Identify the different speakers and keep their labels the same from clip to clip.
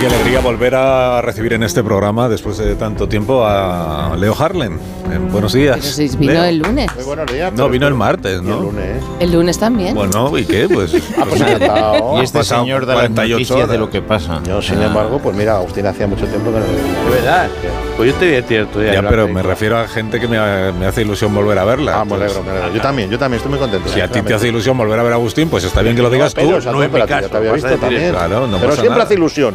Speaker 1: Qué alegría volver a recibir en este programa, después de tanto tiempo, a Leo Harlem. Eh, buenos días.
Speaker 2: Pero si vino
Speaker 1: Leo.
Speaker 2: el lunes.
Speaker 3: Muy buenos días.
Speaker 1: No,
Speaker 3: pero
Speaker 1: vino el
Speaker 3: esto-
Speaker 1: martes,
Speaker 3: y El
Speaker 1: ¿no?
Speaker 3: lunes.
Speaker 2: El lunes también.
Speaker 1: Bueno, ¿y qué? Pues, pues
Speaker 3: ya está.
Speaker 4: Y este
Speaker 1: Han pasado
Speaker 4: señor da las
Speaker 1: 48
Speaker 4: noticias
Speaker 1: horas.
Speaker 4: de lo que pasa. Ah.
Speaker 3: Yo, sin embargo, pues mira, Agustín hacía mucho tiempo que no le veía.
Speaker 5: De verdad. Pues yo te voy a tirar tu día.
Speaker 1: ya, pero me refiero a gente que me, me hace ilusión volver a verla.
Speaker 3: Ah, me alegro, me alegro. Yo también, yo también estoy muy contento.
Speaker 1: Si a ti te hace ilusión volver a ver a Agustín, pues está bien que lo digas tú.
Speaker 3: pero, o sea,
Speaker 5: no
Speaker 3: tú,
Speaker 5: en
Speaker 3: pero
Speaker 5: mi
Speaker 3: a ti ya
Speaker 5: caso,
Speaker 3: te había
Speaker 5: vas a
Speaker 3: visto
Speaker 5: decir
Speaker 3: también.
Speaker 1: eso. Claro, no
Speaker 3: pero
Speaker 1: pasa
Speaker 3: siempre
Speaker 1: nada.
Speaker 3: hace ilusión.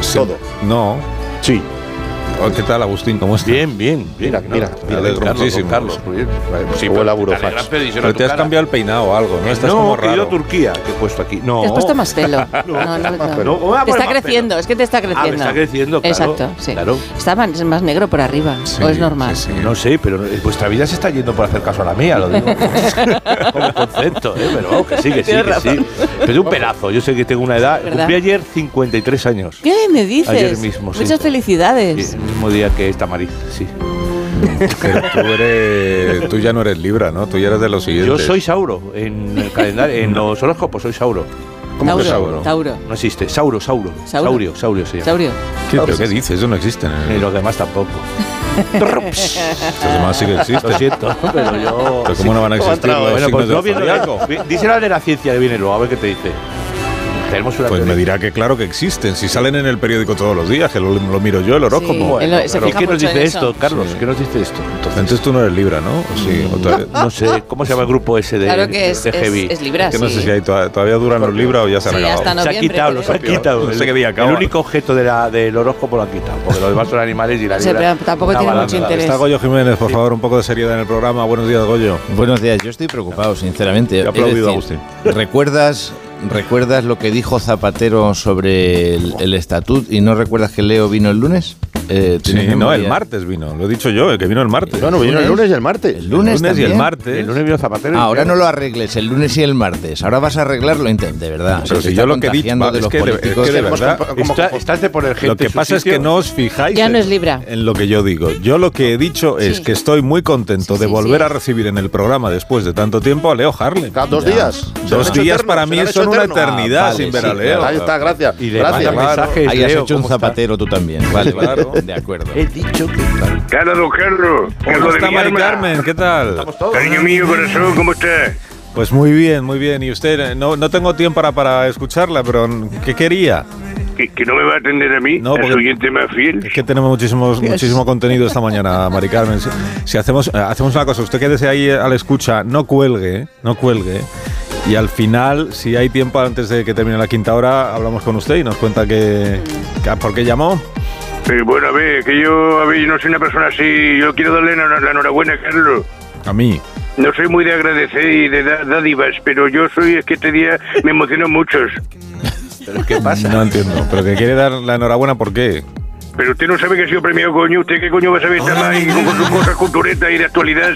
Speaker 1: Sí.
Speaker 3: todo.
Speaker 1: No.
Speaker 3: Sí.
Speaker 1: Oh, ¿Qué tal, Agustín? ¿Cómo estás?
Speaker 5: Bien, bien, bien.
Speaker 3: Mira, mira,
Speaker 1: Me alegro
Speaker 5: Carlos,
Speaker 1: muchísimo.
Speaker 5: Carlos.
Speaker 3: Sí, huele a burofax.
Speaker 1: Pero te has cambiado el peinado o algo, ¿no? Estás
Speaker 5: no,
Speaker 1: como
Speaker 5: que yo a
Speaker 1: raro.
Speaker 5: Turquía, que he puesto aquí. No.
Speaker 2: Te has puesto más pelo. No, no, no.
Speaker 5: No, me voy a
Speaker 2: Te
Speaker 5: poner
Speaker 2: está
Speaker 5: más
Speaker 2: creciendo,
Speaker 5: pelo.
Speaker 2: es que te está
Speaker 5: Ah,
Speaker 2: creciendo.
Speaker 5: me está creciendo, claro.
Speaker 2: Exacto, sí.
Speaker 5: Claro.
Speaker 2: Está más, más negro por arriba,
Speaker 1: Sí,
Speaker 2: o es normal.
Speaker 1: sí, sí.
Speaker 5: No sé, pero vuestra vida se está yendo por hacer caso a la mía, lo digo como concepto, ¿eh? pero vamos, que sí, que sí, que sí. Pero un pelazo, yo sé que tengo una edad.
Speaker 2: ¿Verdad?
Speaker 5: Cumplí ayer 53 años.
Speaker 2: ¿Qué me dices?
Speaker 5: Ayer mismo, sí.
Speaker 2: Muchas felicidades.
Speaker 5: Sí, el mismo día que esta Mariz, sí.
Speaker 1: Pero tú, eres, tú ya no eres Libra, ¿no? Tú ya eres de los siguientes.
Speaker 5: Yo soy Sauro en el calendario, en los horóscopos soy Sauro.
Speaker 1: ¿Cómo
Speaker 2: Tauro,
Speaker 1: que Sauro?
Speaker 2: Tauro.
Speaker 5: No existe, Sauro, Sauro.
Speaker 2: Sauro.
Speaker 5: Saurio, Saurio se llama.
Speaker 2: Saurio.
Speaker 1: ¿Qué, ¿Pero qué dices? Eso no existe.
Speaker 5: Ni los demás tampoco.
Speaker 1: Los demás sí que existen.
Speaker 5: Lo siento, pero yo.
Speaker 1: Pero ¿Cómo no van a
Speaker 3: ¿Cómo ha
Speaker 1: existir
Speaker 3: entrado?
Speaker 1: los
Speaker 5: Bueno, pues
Speaker 1: signos del
Speaker 5: no viene
Speaker 1: zodiaco?
Speaker 5: Dice la de la ciencia de viene luego, a ver qué te dice. Tenemos una
Speaker 1: Pues me
Speaker 5: teoría.
Speaker 1: dirá que claro que existen. Si salen en el periódico todos los días, que lo, lo miro yo, el horóscopo.
Speaker 2: Sí. Él lo- se
Speaker 5: Pero
Speaker 2: fija
Speaker 5: ¿qué nos
Speaker 2: mucho en
Speaker 5: dice
Speaker 2: eso.
Speaker 5: esto, Carlos? ¿Qué nos dice esto?
Speaker 1: Entonces tú no eres Libra, ¿no? Sí, o todavía-
Speaker 5: No sé, ¿cómo se llama el grupo ese de,
Speaker 2: Claro que es,
Speaker 5: de
Speaker 2: es,
Speaker 5: Heavy?
Speaker 2: es Libra,
Speaker 1: que no sé
Speaker 2: sí.
Speaker 1: si hay, toda- todavía duran los Libra o ya se han
Speaker 2: Sí, ya
Speaker 1: acabado.
Speaker 2: están
Speaker 5: se ha
Speaker 2: noviembre,
Speaker 5: quitado,
Speaker 2: creo.
Speaker 5: los ha quitado.
Speaker 1: No sé
Speaker 5: El-
Speaker 1: qué día acaba.
Speaker 5: El único objeto de la, del horóscopo lo han quitado, porque los demás son animales y la
Speaker 2: No sé,
Speaker 5: libra
Speaker 2: pero tampoco
Speaker 5: una
Speaker 2: tiene mucho
Speaker 5: balanza.
Speaker 2: interés.
Speaker 1: Está Goyo Jiménez, por favor, un poco de seriedad en el programa. Buenos días, Goyo.
Speaker 4: Buenos días, yo estoy preocupado, sinceramente.
Speaker 1: Te ha
Speaker 4: Es
Speaker 1: aplaudido,
Speaker 4: decir, ¿Recuerdas, ¿Recuerdas lo que dijo Zapatero sobre el, el estatut y no recuerdas que Leo vino el lunes? Eh,
Speaker 1: Sí,
Speaker 4: ¿tienes
Speaker 1: no,
Speaker 4: memoria?
Speaker 1: el martes vino. Lo he dicho yo, el que vino el martes.
Speaker 3: No, no, vino el lunes y el martes.
Speaker 4: El lunes,
Speaker 1: El lunes y el
Speaker 4: también. Ah,
Speaker 1: martes.
Speaker 5: El lunes vino Zapatero. y-
Speaker 4: Ahora no lo arregles, el lunes y el martes. Ahora vas a arreglarlo, intenta, de verdad.
Speaker 1: Pero
Speaker 4: Se
Speaker 1: si
Speaker 4: está
Speaker 1: yo lo que he dicho-
Speaker 4: contagiando de
Speaker 1: es
Speaker 4: los
Speaker 1: que de- es
Speaker 4: políticos.
Speaker 1: que de
Speaker 3: Hemos
Speaker 1: verdad-
Speaker 3: compa- como
Speaker 5: Está-
Speaker 3: que-
Speaker 5: estás de poner gente.
Speaker 1: Lo que
Speaker 5: en su
Speaker 1: pasa es que
Speaker 5: sitio.
Speaker 1: no os fijáis
Speaker 2: Ya no
Speaker 1: en-
Speaker 2: es Libra.
Speaker 1: en lo que yo digo. Yo lo que he dicho es
Speaker 2: Sí.
Speaker 1: que estoy muy contento
Speaker 2: Sí,
Speaker 1: de
Speaker 2: sí,
Speaker 1: volver
Speaker 2: sí.
Speaker 1: a recibir en el programa después de tanto tiempo a Leo Harlem.
Speaker 3: Cada Dos días. Se lo han
Speaker 1: Dos
Speaker 3: hecho
Speaker 1: días
Speaker 3: eterno,
Speaker 1: para
Speaker 3: se
Speaker 1: mí
Speaker 3: lo han hecho
Speaker 1: son una
Speaker 3: eterno.
Speaker 1: eternidad
Speaker 4: vale,
Speaker 1: sin ver
Speaker 4: sí,
Speaker 1: a Leo.
Speaker 3: Ahí está, gracias.
Speaker 5: Y le
Speaker 3: gracias.
Speaker 5: manda mensajes.
Speaker 4: Hayas
Speaker 5: Leo,
Speaker 4: hecho un
Speaker 5: ¿cómo está?
Speaker 4: zapatero tú también. Vale,
Speaker 1: claro.
Speaker 4: de acuerdo.
Speaker 5: He dicho que.
Speaker 6: Hola, don Carlos.
Speaker 1: ¿Cómo
Speaker 6: Carlos de
Speaker 1: está Mari
Speaker 6: Villalba.
Speaker 1: Carmen? ¿Qué tal?
Speaker 6: Cariño mío, corazón, ¿cómo está?
Speaker 1: Pues muy bien, muy bien. Y usted, eh, no, no tengo tiempo para, para escucharla, pero mm, ¿qué quería?
Speaker 6: ¿Que, que no me va a atender a mí,
Speaker 1: No,
Speaker 6: a
Speaker 1: porque- Eh.
Speaker 6: su oyente más fiel.
Speaker 1: Es que tenemos muchísimo, muchísimo contenido esta mañana, Mari Carmen. Si, si hacemos, eh, hacemos una cosa, usted quédese ahí eh, a la escucha, no cuelgue, eh, no cuelgue. Y al final, si hay tiempo antes de que termine la quinta hora, hablamos con usted y nos cuenta que, que- por qué llamó.
Speaker 6: Pero bueno, a ver, que yo, a ver, yo no soy una persona así. Yo quiero darle la, la enhorabuena, Carlos.
Speaker 1: A mí.
Speaker 6: No soy muy de agradecer y de dar dádivas, pero yo soy, es que este día me emocionó mucho.
Speaker 1: ¿Qué pasa? No entiendo. Pero que quiere dar la enhorabuena, ¿por qué?
Speaker 6: Pero usted no sabe que ha sido premiado, coño. ¿Usted qué coño va a saber estar más ahí con con sus cosas culturetas y de actualidad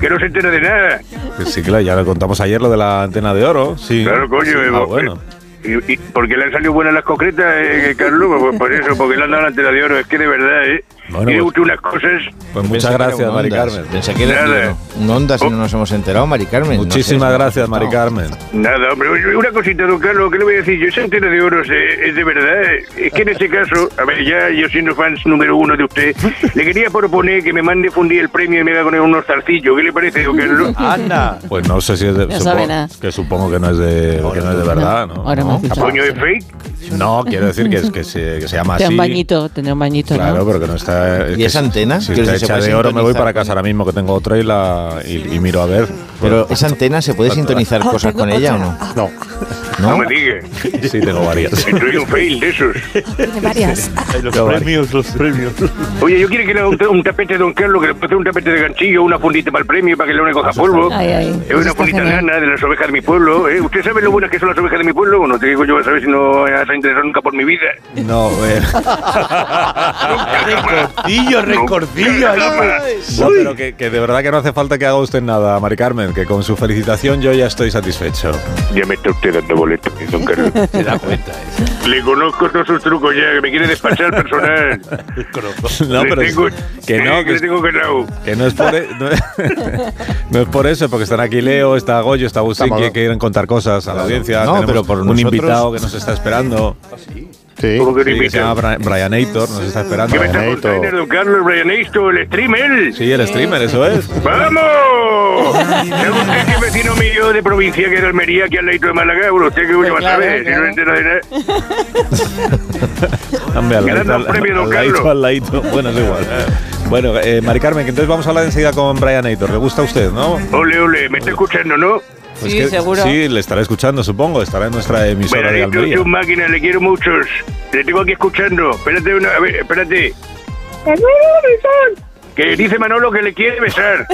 Speaker 6: que no se entera de nada?
Speaker 1: Que sí, claro, ya lo contamos ayer, lo de la antena de oro. Sí.
Speaker 6: Claro, coño.
Speaker 1: Sí,
Speaker 6: eh,
Speaker 1: ah,
Speaker 6: vos-
Speaker 1: bueno.
Speaker 6: Y, y- porque le han salido buenas las concretas, eh, Carlos, pues por eso, porque le han dado la antena de oro. Es que de verdad, ¿eh?
Speaker 1: Bueno,
Speaker 6: Tiene
Speaker 1: pues-
Speaker 6: usted unas cosas.
Speaker 1: Pues
Speaker 4: Pensé
Speaker 1: muchas
Speaker 4: que era
Speaker 1: gracias,
Speaker 4: un
Speaker 1: Mari
Speaker 4: Ondas.
Speaker 1: Carmen.
Speaker 4: Pensé que era
Speaker 6: Nada.
Speaker 4: un onda si no nos hemos enterado, Mari Carmen. No sé,
Speaker 1: Muchísimas
Speaker 4: nos ha
Speaker 1: gracias, Mari
Speaker 4: asustado.
Speaker 1: Carmen.
Speaker 6: Nada, hombre, oye, una cosita, don Carlos, ¿qué le voy a decir? Yo esa antena de oro eh, es de verdad. eh. Es que en este caso, a ver, ya yo siendo fans número uno de usted, le quería proponer que me mande fundir el premio y me haga con unos zarcillos. ¿Qué le parece, don Carlos?
Speaker 5: Anda.
Speaker 1: Pues no sé si es de.
Speaker 2: No sabe nada.
Speaker 1: Que supongo que no es de, que no es de verdad, ¿no?
Speaker 2: ahora me
Speaker 1: Ah, ¿No?
Speaker 2: has dicho.
Speaker 6: Coño, es fake.
Speaker 1: No, quiero decir que, es, que, se, que se llama así.
Speaker 2: Tendrá un bañito, tendrá un bañito, ¿no?
Speaker 1: Claro, pero que no está. es
Speaker 4: ¿Y
Speaker 1: que
Speaker 4: esa
Speaker 1: si-
Speaker 4: antena?
Speaker 1: Si
Speaker 4: Que
Speaker 1: está
Speaker 4: si se
Speaker 1: hecha
Speaker 4: puede
Speaker 1: de oro, me voy
Speaker 4: sintonizar
Speaker 1: para
Speaker 4: con-
Speaker 1: casa ahora mismo que tengo otra y, la, y, y miro a ver.
Speaker 4: Pero esa antena se puede sintonizar cosas con ella o no?
Speaker 3: No.
Speaker 6: No, me digas.
Speaker 1: Sí, tengo varias.
Speaker 6: Soy un fail de esos.
Speaker 7: Tiene varias.
Speaker 5: Los premios, los premios.
Speaker 6: Oye, yo quiero que le haga un, ta- un tapete a Don Carlos, que le pueda hacer un tapete de ganchillo, una fundita para el premio, para que le coja polvo.
Speaker 7: Ay, ay.
Speaker 6: Es una fundita lana de las ovejas de mi pueblo. ¿eh? ¿Usted sabe lo buenas que son las ovejas de mi pueblo? No te digo yo, a saber si no has interesado nunca por mi vida.
Speaker 1: No, eh,
Speaker 5: Recortillo, recortillo. ahí.
Speaker 1: no, pero que, que de verdad que no hace falta que haga usted nada, Mari Carmen, que con su felicitación yo ya estoy satisfecho.
Speaker 6: Ya me está usted dando boleto, eh, Don Carlos.
Speaker 5: Se da cuenta, eh.
Speaker 6: Le conozco todos sus trucos ya, que me quiere despachar personal.
Speaker 1: No,
Speaker 6: Le
Speaker 1: pero es-
Speaker 6: tengo-
Speaker 1: que
Speaker 6: eh,
Speaker 1: no,
Speaker 6: que
Speaker 1: que,
Speaker 6: le tengo ganado.
Speaker 1: que no es por e- no, es- no es por eso, porque están aquí Leo, está Goyo, está Agustín,
Speaker 3: Estamos-
Speaker 1: que quieren contar cosas a la audiencia.
Speaker 4: No,
Speaker 1: Tenemos
Speaker 4: pero por
Speaker 1: un
Speaker 4: nosotros-
Speaker 1: invitado que nos está esperando,
Speaker 3: Sí.
Speaker 6: ¿Cómo que no
Speaker 1: sí, que se
Speaker 6: invitan?
Speaker 1: llama Bra- Brian Aitor, nos está esperando.
Speaker 6: ¿Qué me está
Speaker 3: Brianator.
Speaker 6: contando, Don Carlos Brianator, el streamer?
Speaker 1: Sí, el streamer, eso es.
Speaker 6: ¡Vamos! ¿Sabe usted que vecino mío de provincia que es de Almería, que al leído de Málaga? Bueno, usted que coño va a
Speaker 2: claro,
Speaker 6: saber, si no
Speaker 2: claro.
Speaker 6: entera de nada.
Speaker 1: Hombre, al
Speaker 6: Gran
Speaker 1: ladito, al,
Speaker 6: premio, don
Speaker 1: al ladito,
Speaker 6: Carlos.
Speaker 1: al ladito. Bueno, es igual. Bueno, eh, Mari Carmen, que entonces vamos a hablar enseguida con Brian Aitor. ¿Le gusta a usted, no?
Speaker 6: Ole, ole, me está escuchando, ¿no?
Speaker 1: Pues
Speaker 2: Sí,
Speaker 1: que-
Speaker 2: seguro.
Speaker 1: Sí, le estará escuchando, supongo. Estará en nuestra emisora de
Speaker 6: Brianator
Speaker 1: Almería.
Speaker 6: es un máquina, le quiero muchos. Le tengo aquí escuchando. Espérate, una, a ver, espérate. Que dice Manolo que le quiere besar.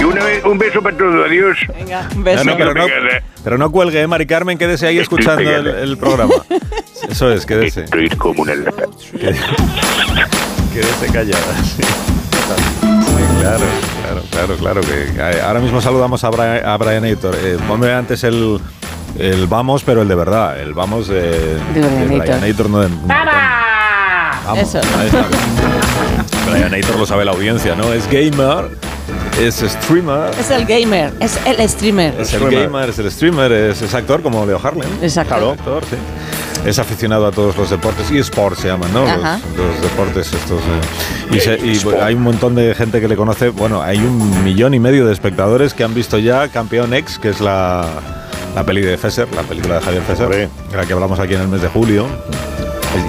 Speaker 6: y una vez, un beso para todos, adiós.
Speaker 2: Venga, un
Speaker 1: No,
Speaker 2: beso.
Speaker 1: no, pero, no,
Speaker 6: Pegada.
Speaker 1: pero no cuelgue, ¿eh, Mari Carmen, quédese ahí
Speaker 6: Estoy
Speaker 1: escuchando el,
Speaker 6: pegada.
Speaker 1: el programa. Eso es, quédese.
Speaker 6: Estoy como una lata.
Speaker 1: Quédese callada. sí. Sí, Claro, claro, claro, claro. Que eh, ahora mismo saludamos a, Bri- a Brian Aitor. Eh, ponme antes el, el vamos, pero el de verdad. El vamos de,
Speaker 2: De Brian Aitor.
Speaker 1: Aitor, no de. Vamos,
Speaker 2: Eso.
Speaker 1: ahí está. Brian Aitor lo sabe la audiencia, ¿no? Es gamer, es streamer,
Speaker 2: Es el gamer, es el streamer.
Speaker 1: es el
Speaker 3: Streamer.
Speaker 1: gamer, es el streamer, es, es actor como Leo Harlem.
Speaker 2: Exacto.
Speaker 1: Claro, actor, sí. Es aficionado a todos los deportes, y sports se llaman, ¿no? Los,
Speaker 2: Ajá.
Speaker 1: los deportes estos. eh. Y, se- y, bueno, hay un montón de gente que le conoce. Bueno, hay un millón y medio de espectadores que han visto ya Campeón X, que es la, la peli de Fesser, la película de Javier Fesser,
Speaker 3: Hombre.
Speaker 1: de la que hablamos aquí en el mes de julio,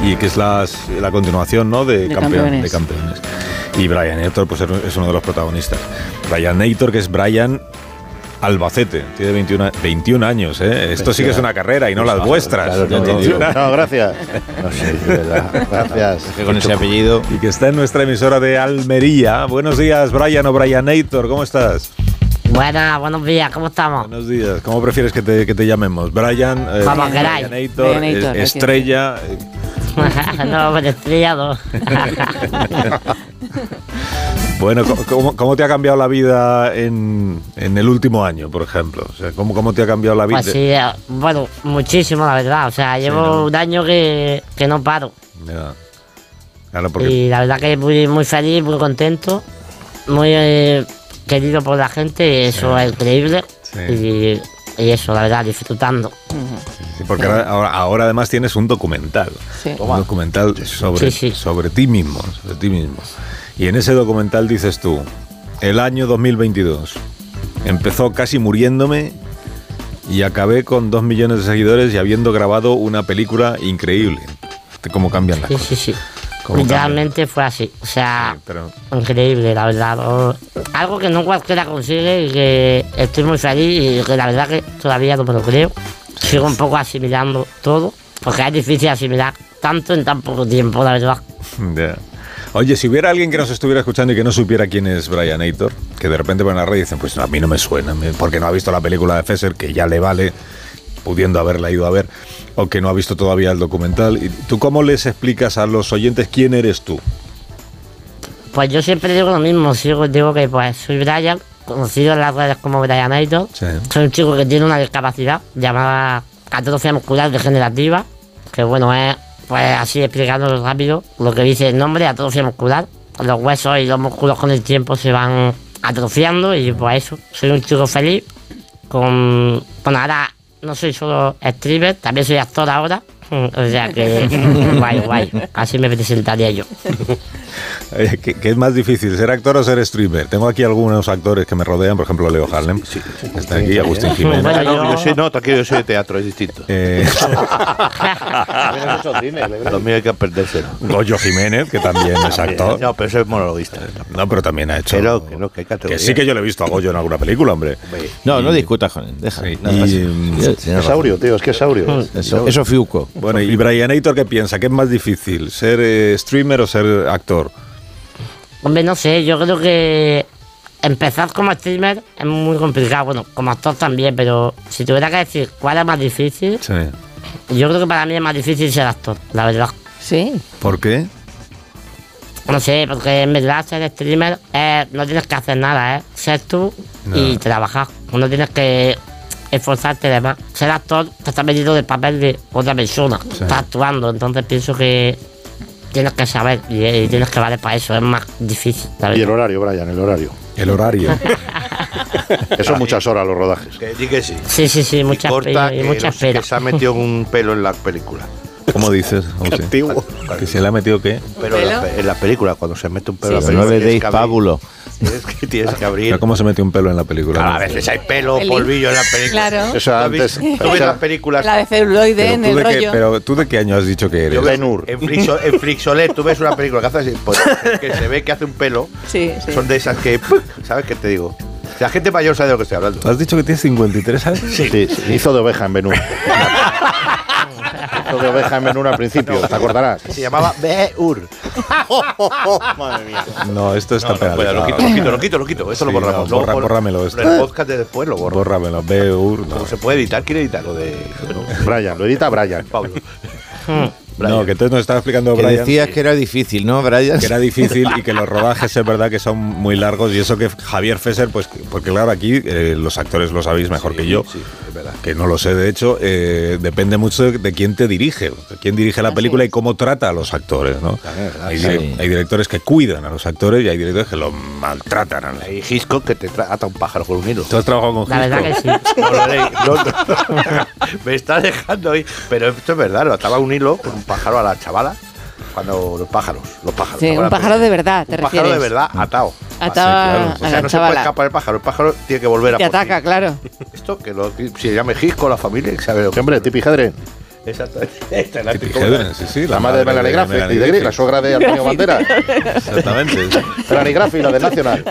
Speaker 1: y que es las- la continuación, ¿no? De,
Speaker 2: De
Speaker 1: campeón,
Speaker 2: Campeones.
Speaker 1: de campeones. Y Brian Aitor, pues es uno de los protagonistas. Brian Aitor, que es Brian Albacete, tiene 21, a- 21 años, ¿eh? Esto sí que es una carrera y no las vuestras.
Speaker 4: claro, no, no,
Speaker 1: Entonces,
Speaker 4: digo.
Speaker 3: No, gracias. No sé, de verdad. Gracias.
Speaker 4: Que con ese apellido.
Speaker 1: Y que está en nuestra emisora de Almería. Buenos días, Brian o Brian Aitor, ¿cómo estás?
Speaker 8: Buenas, buenos días, ¿cómo estamos?
Speaker 1: Buenos días, ¿cómo prefieres que te, que te llamemos? Brian, eh,
Speaker 8: Como queráis.
Speaker 1: Brian Aitor,
Speaker 2: Brian Aitor,
Speaker 1: eh,
Speaker 2: es
Speaker 1: estrella. eh,
Speaker 8: no, pero estrellado.
Speaker 1: Bueno, co- ¿cómo, cómo te ha cambiado la vida en, en el último año, por ejemplo? O sea, ¿cómo, ¿Cómo te ha cambiado la vida?
Speaker 8: pues sí, eh, bueno, muchísimo, la verdad. O sea, llevo
Speaker 1: ¿no?
Speaker 8: un año que, que no paro.
Speaker 1: Ya. Claro, porque
Speaker 8: Y la verdad que muy, muy feliz, muy contento, muy eh, querido por la gente, y eso es increíble.
Speaker 1: Sí.
Speaker 8: Y, y eso, la verdad, disfrutando.
Speaker 1: Sí, porque ahora, ahora- ahora además tienes un documental.
Speaker 2: Sí.
Speaker 1: Un documental
Speaker 8: Sí,
Speaker 1: sobre,
Speaker 8: sí.
Speaker 1: sobre ti mismo, sobre ti mismo. Y en ese documental dices tú, el año 2022 empezó casi muriéndome y acabé con dos millones de seguidores y habiendo grabado una película increíble. Este, ¿Cómo cambian las
Speaker 8: Sí,
Speaker 1: cosas?
Speaker 8: sí, sí.
Speaker 1: ¿Cómo
Speaker 8: Literalmente fue así. O sea,
Speaker 1: Sí, pero-
Speaker 8: increíble, la verdad. O- Algo que no cualquiera consigue y que estoy muy feliz y que la verdad que todavía no me lo creo. Sigo un poco asimilando todo, porque es difícil asimilar tanto en tan poco tiempo, la verdad.
Speaker 1: Ya. Oye, si hubiera alguien que nos estuviera escuchando y que no supiera quién es Brian Aitor, que de repente van a la red y dicen, pues a mí no me suena, me- porque no ha visto la película de Fesser, que ya le vale, pudiendo haberla ido a ver, o que no ha visto todavía el documental. ¿Y ¿Tú cómo les explicas a los oyentes quién eres tú?
Speaker 8: Pues yo siempre digo lo mismo, sigo, digo que pues soy Brian, conocido en las redes como Brian Aitor.
Speaker 1: Sí.
Speaker 8: Soy un chico que tiene una discapacidad llamada atrofia muscular degenerativa, que bueno, es pues así explicándolo rápido, lo que dice el nombre, atrofia muscular. Los huesos y los músculos con el tiempo se van atrofiando y pues eso, soy un chico feliz. Con, bueno, ahora no soy solo streamer, también soy actor ahora. O sea que guay, guay. Así me presentaría yo.
Speaker 1: Eh, ¿Qué, qué es más difícil, ser actor o ser streamer? Tengo aquí algunos actores que me rodean, por ejemplo, Leo Harlem. Está aquí, Agustín Jiménez.
Speaker 8: Bueno,
Speaker 5: Ah, no,
Speaker 8: yo-
Speaker 5: yo soy, no, tranquilo, yo soy de teatro, es distinto.
Speaker 1: Eh,
Speaker 5: Los míos hay que perdérselo.
Speaker 1: Goyo Jiménez, que también es actor.
Speaker 5: No, pero eso es monologuista.
Speaker 1: No, pero también ha hecho.
Speaker 5: Que no, que no, que hay categoría.
Speaker 1: Que sí que yo le he visto a Goyo en alguna película, hombre.
Speaker 4: No, no discutas con él, deja.
Speaker 1: Sí,
Speaker 4: no,
Speaker 1: y,
Speaker 4: pasa.
Speaker 1: mm,
Speaker 4: Sí, tiene
Speaker 3: Es
Speaker 4: razón.
Speaker 3: aurio, tío, es que es aurio.
Speaker 4: Eso, eso Fiuco.
Speaker 1: Bueno, y Brian Aitor, ¿qué piensa? ¿Qué es más difícil, ser eh, streamer o ser actor?
Speaker 8: Hombre, no sé, yo creo que empezar como streamer es muy complicado. Bueno, como actor también, pero si tuviera que decir cuál es más difícil,
Speaker 1: Sí.
Speaker 8: yo creo que para mí es más difícil ser actor, la verdad.
Speaker 2: Sí.
Speaker 1: ¿Por qué?
Speaker 8: No sé, porque en verdad ser streamer eh, no tienes que hacer nada, ¿eh? Ser tú y trabajar. No tienes que esforzarte de más. Ser actor te estás metido del papel de otra persona. Estás actuando, entonces pienso que tienes que saber y, y tienes que valer para eso. Es más difícil, la
Speaker 3: Y
Speaker 8: verdad.
Speaker 3: el horario, Brian, el horario.
Speaker 1: El horario.
Speaker 3: Eso es muchas horas los rodajes.
Speaker 5: Que di que sí.
Speaker 8: Sí, sí, sí, mucha,
Speaker 5: y corta
Speaker 8: espera, y
Speaker 5: que,
Speaker 8: mucha
Speaker 5: los- que
Speaker 8: espera.
Speaker 5: se ha metido un pelo en la película.
Speaker 1: ¿Cómo dices? José? ¿Que se le ha metido qué?
Speaker 5: Pero en la, pe- en la película, cuando se mete un pelo
Speaker 4: Pero
Speaker 5: en la
Speaker 4: no le
Speaker 5: película.
Speaker 4: deis
Speaker 5: tienes que abrir-
Speaker 4: pábulo.
Speaker 5: Tienes que, tienes que
Speaker 1: Mira
Speaker 5: abrir.
Speaker 1: ¿Cómo se metió un pelo en la película?
Speaker 5: Claro,
Speaker 1: ¿no?
Speaker 5: a veces hay pelo,
Speaker 2: El-
Speaker 5: polvillo en la película.
Speaker 2: Claro.
Speaker 5: ¿Tú
Speaker 3: Eso
Speaker 5: has
Speaker 3: antes-
Speaker 5: visto- ¿Tú ves
Speaker 3: eso-
Speaker 5: las películas?
Speaker 2: La de celuloide en
Speaker 1: Pero
Speaker 2: el
Speaker 1: tú de qué-
Speaker 2: rollo.
Speaker 1: pero tú de qué año has dicho que eres?
Speaker 5: Yo veo
Speaker 3: Ben-Hur.
Speaker 5: En, Friso- en Frixolet, tú ves una película que hace así, pues, que se ve que hace un pelo.
Speaker 2: Sí, sí.
Speaker 5: Son de esas que. ¡pum! ¿Sabes qué te digo? La gente mayor sabe de lo que estoy hablando.
Speaker 1: ¿Tú has dicho que tienes 53 años?
Speaker 3: Sí. sí, hizo de oveja en Benú. hizo de oveja en Benú al principio, te acordarás.
Speaker 5: Se llamaba Beur.
Speaker 3: Madre mía.
Speaker 1: No, esto está
Speaker 5: No, no,
Speaker 1: penalizado.
Speaker 5: puedo, lo quito, lo quito, lo quito, lo quito. Eso
Speaker 1: Sí,
Speaker 5: lo borramos.
Speaker 1: no, borra-
Speaker 5: Luego por-
Speaker 1: bórramelo esto.
Speaker 5: En el podcast de después lo borro.
Speaker 1: Bórramelo, Beur, no.
Speaker 5: Como se puede editar, quiere editar lo de
Speaker 3: Brian, lo edita Brian.
Speaker 5: Pablo.
Speaker 1: No, que entonces nos estaba explicando
Speaker 4: Que
Speaker 1: Brian
Speaker 4: decías que era difícil, ¿no, Brian?
Speaker 1: que era difícil y que los rodajes es verdad que son muy largos y eso que Javier Fesser, pues porque claro, aquí eh, los actores lo sabéis mejor que yo,
Speaker 5: Sí, es verdad.
Speaker 1: que no lo sé de hecho, eh, depende mucho de, de quién te dirige, de quién dirige la película y cómo trata a los actores, ¿no? Hay, dire-
Speaker 4: Sí.
Speaker 1: hay directores que cuidan a los actores y hay directores que los maltratan. a los-
Speaker 5: Hay Hitchcock que te tra- ata un pájaro con un hilo.
Speaker 1: ¿Tú has trabajado con
Speaker 8: La verdad que
Speaker 1: Hitchcock?
Speaker 8: sí.
Speaker 5: No, lo haré. No, no. Me está dejando ahí. Pero esto es verdad, lo ataba un hilo con un pájaro a la chavala. Cuando los pájaros, los pájaros.
Speaker 2: Sí,
Speaker 5: ahora
Speaker 2: un pájaro
Speaker 5: te-
Speaker 2: de verdad, te
Speaker 5: Un pájaro
Speaker 2: refieres.
Speaker 5: de verdad atado.
Speaker 1: Ah,
Speaker 2: Ataba
Speaker 5: O
Speaker 2: a
Speaker 5: sea,
Speaker 2: la
Speaker 5: no se puede
Speaker 2: chavala.
Speaker 5: escapar el pájaro. El pájaro tiene que volver a
Speaker 2: Te
Speaker 5: por ti.
Speaker 2: ataca, claro.
Speaker 5: Esto que lo si llame Hitchcock la familia, que sabe lo que.
Speaker 3: Hombre, Tipi Hedren,
Speaker 5: Exacto. Esta es la
Speaker 1: Tippi
Speaker 5: Hitchcock.
Speaker 1: Hedren, sí, sí,
Speaker 3: la madre de Melanie Graff y de Gris, la suegra de Antonio Bandera.
Speaker 1: Exactamente.
Speaker 3: Melanie Graff y la de Nacional.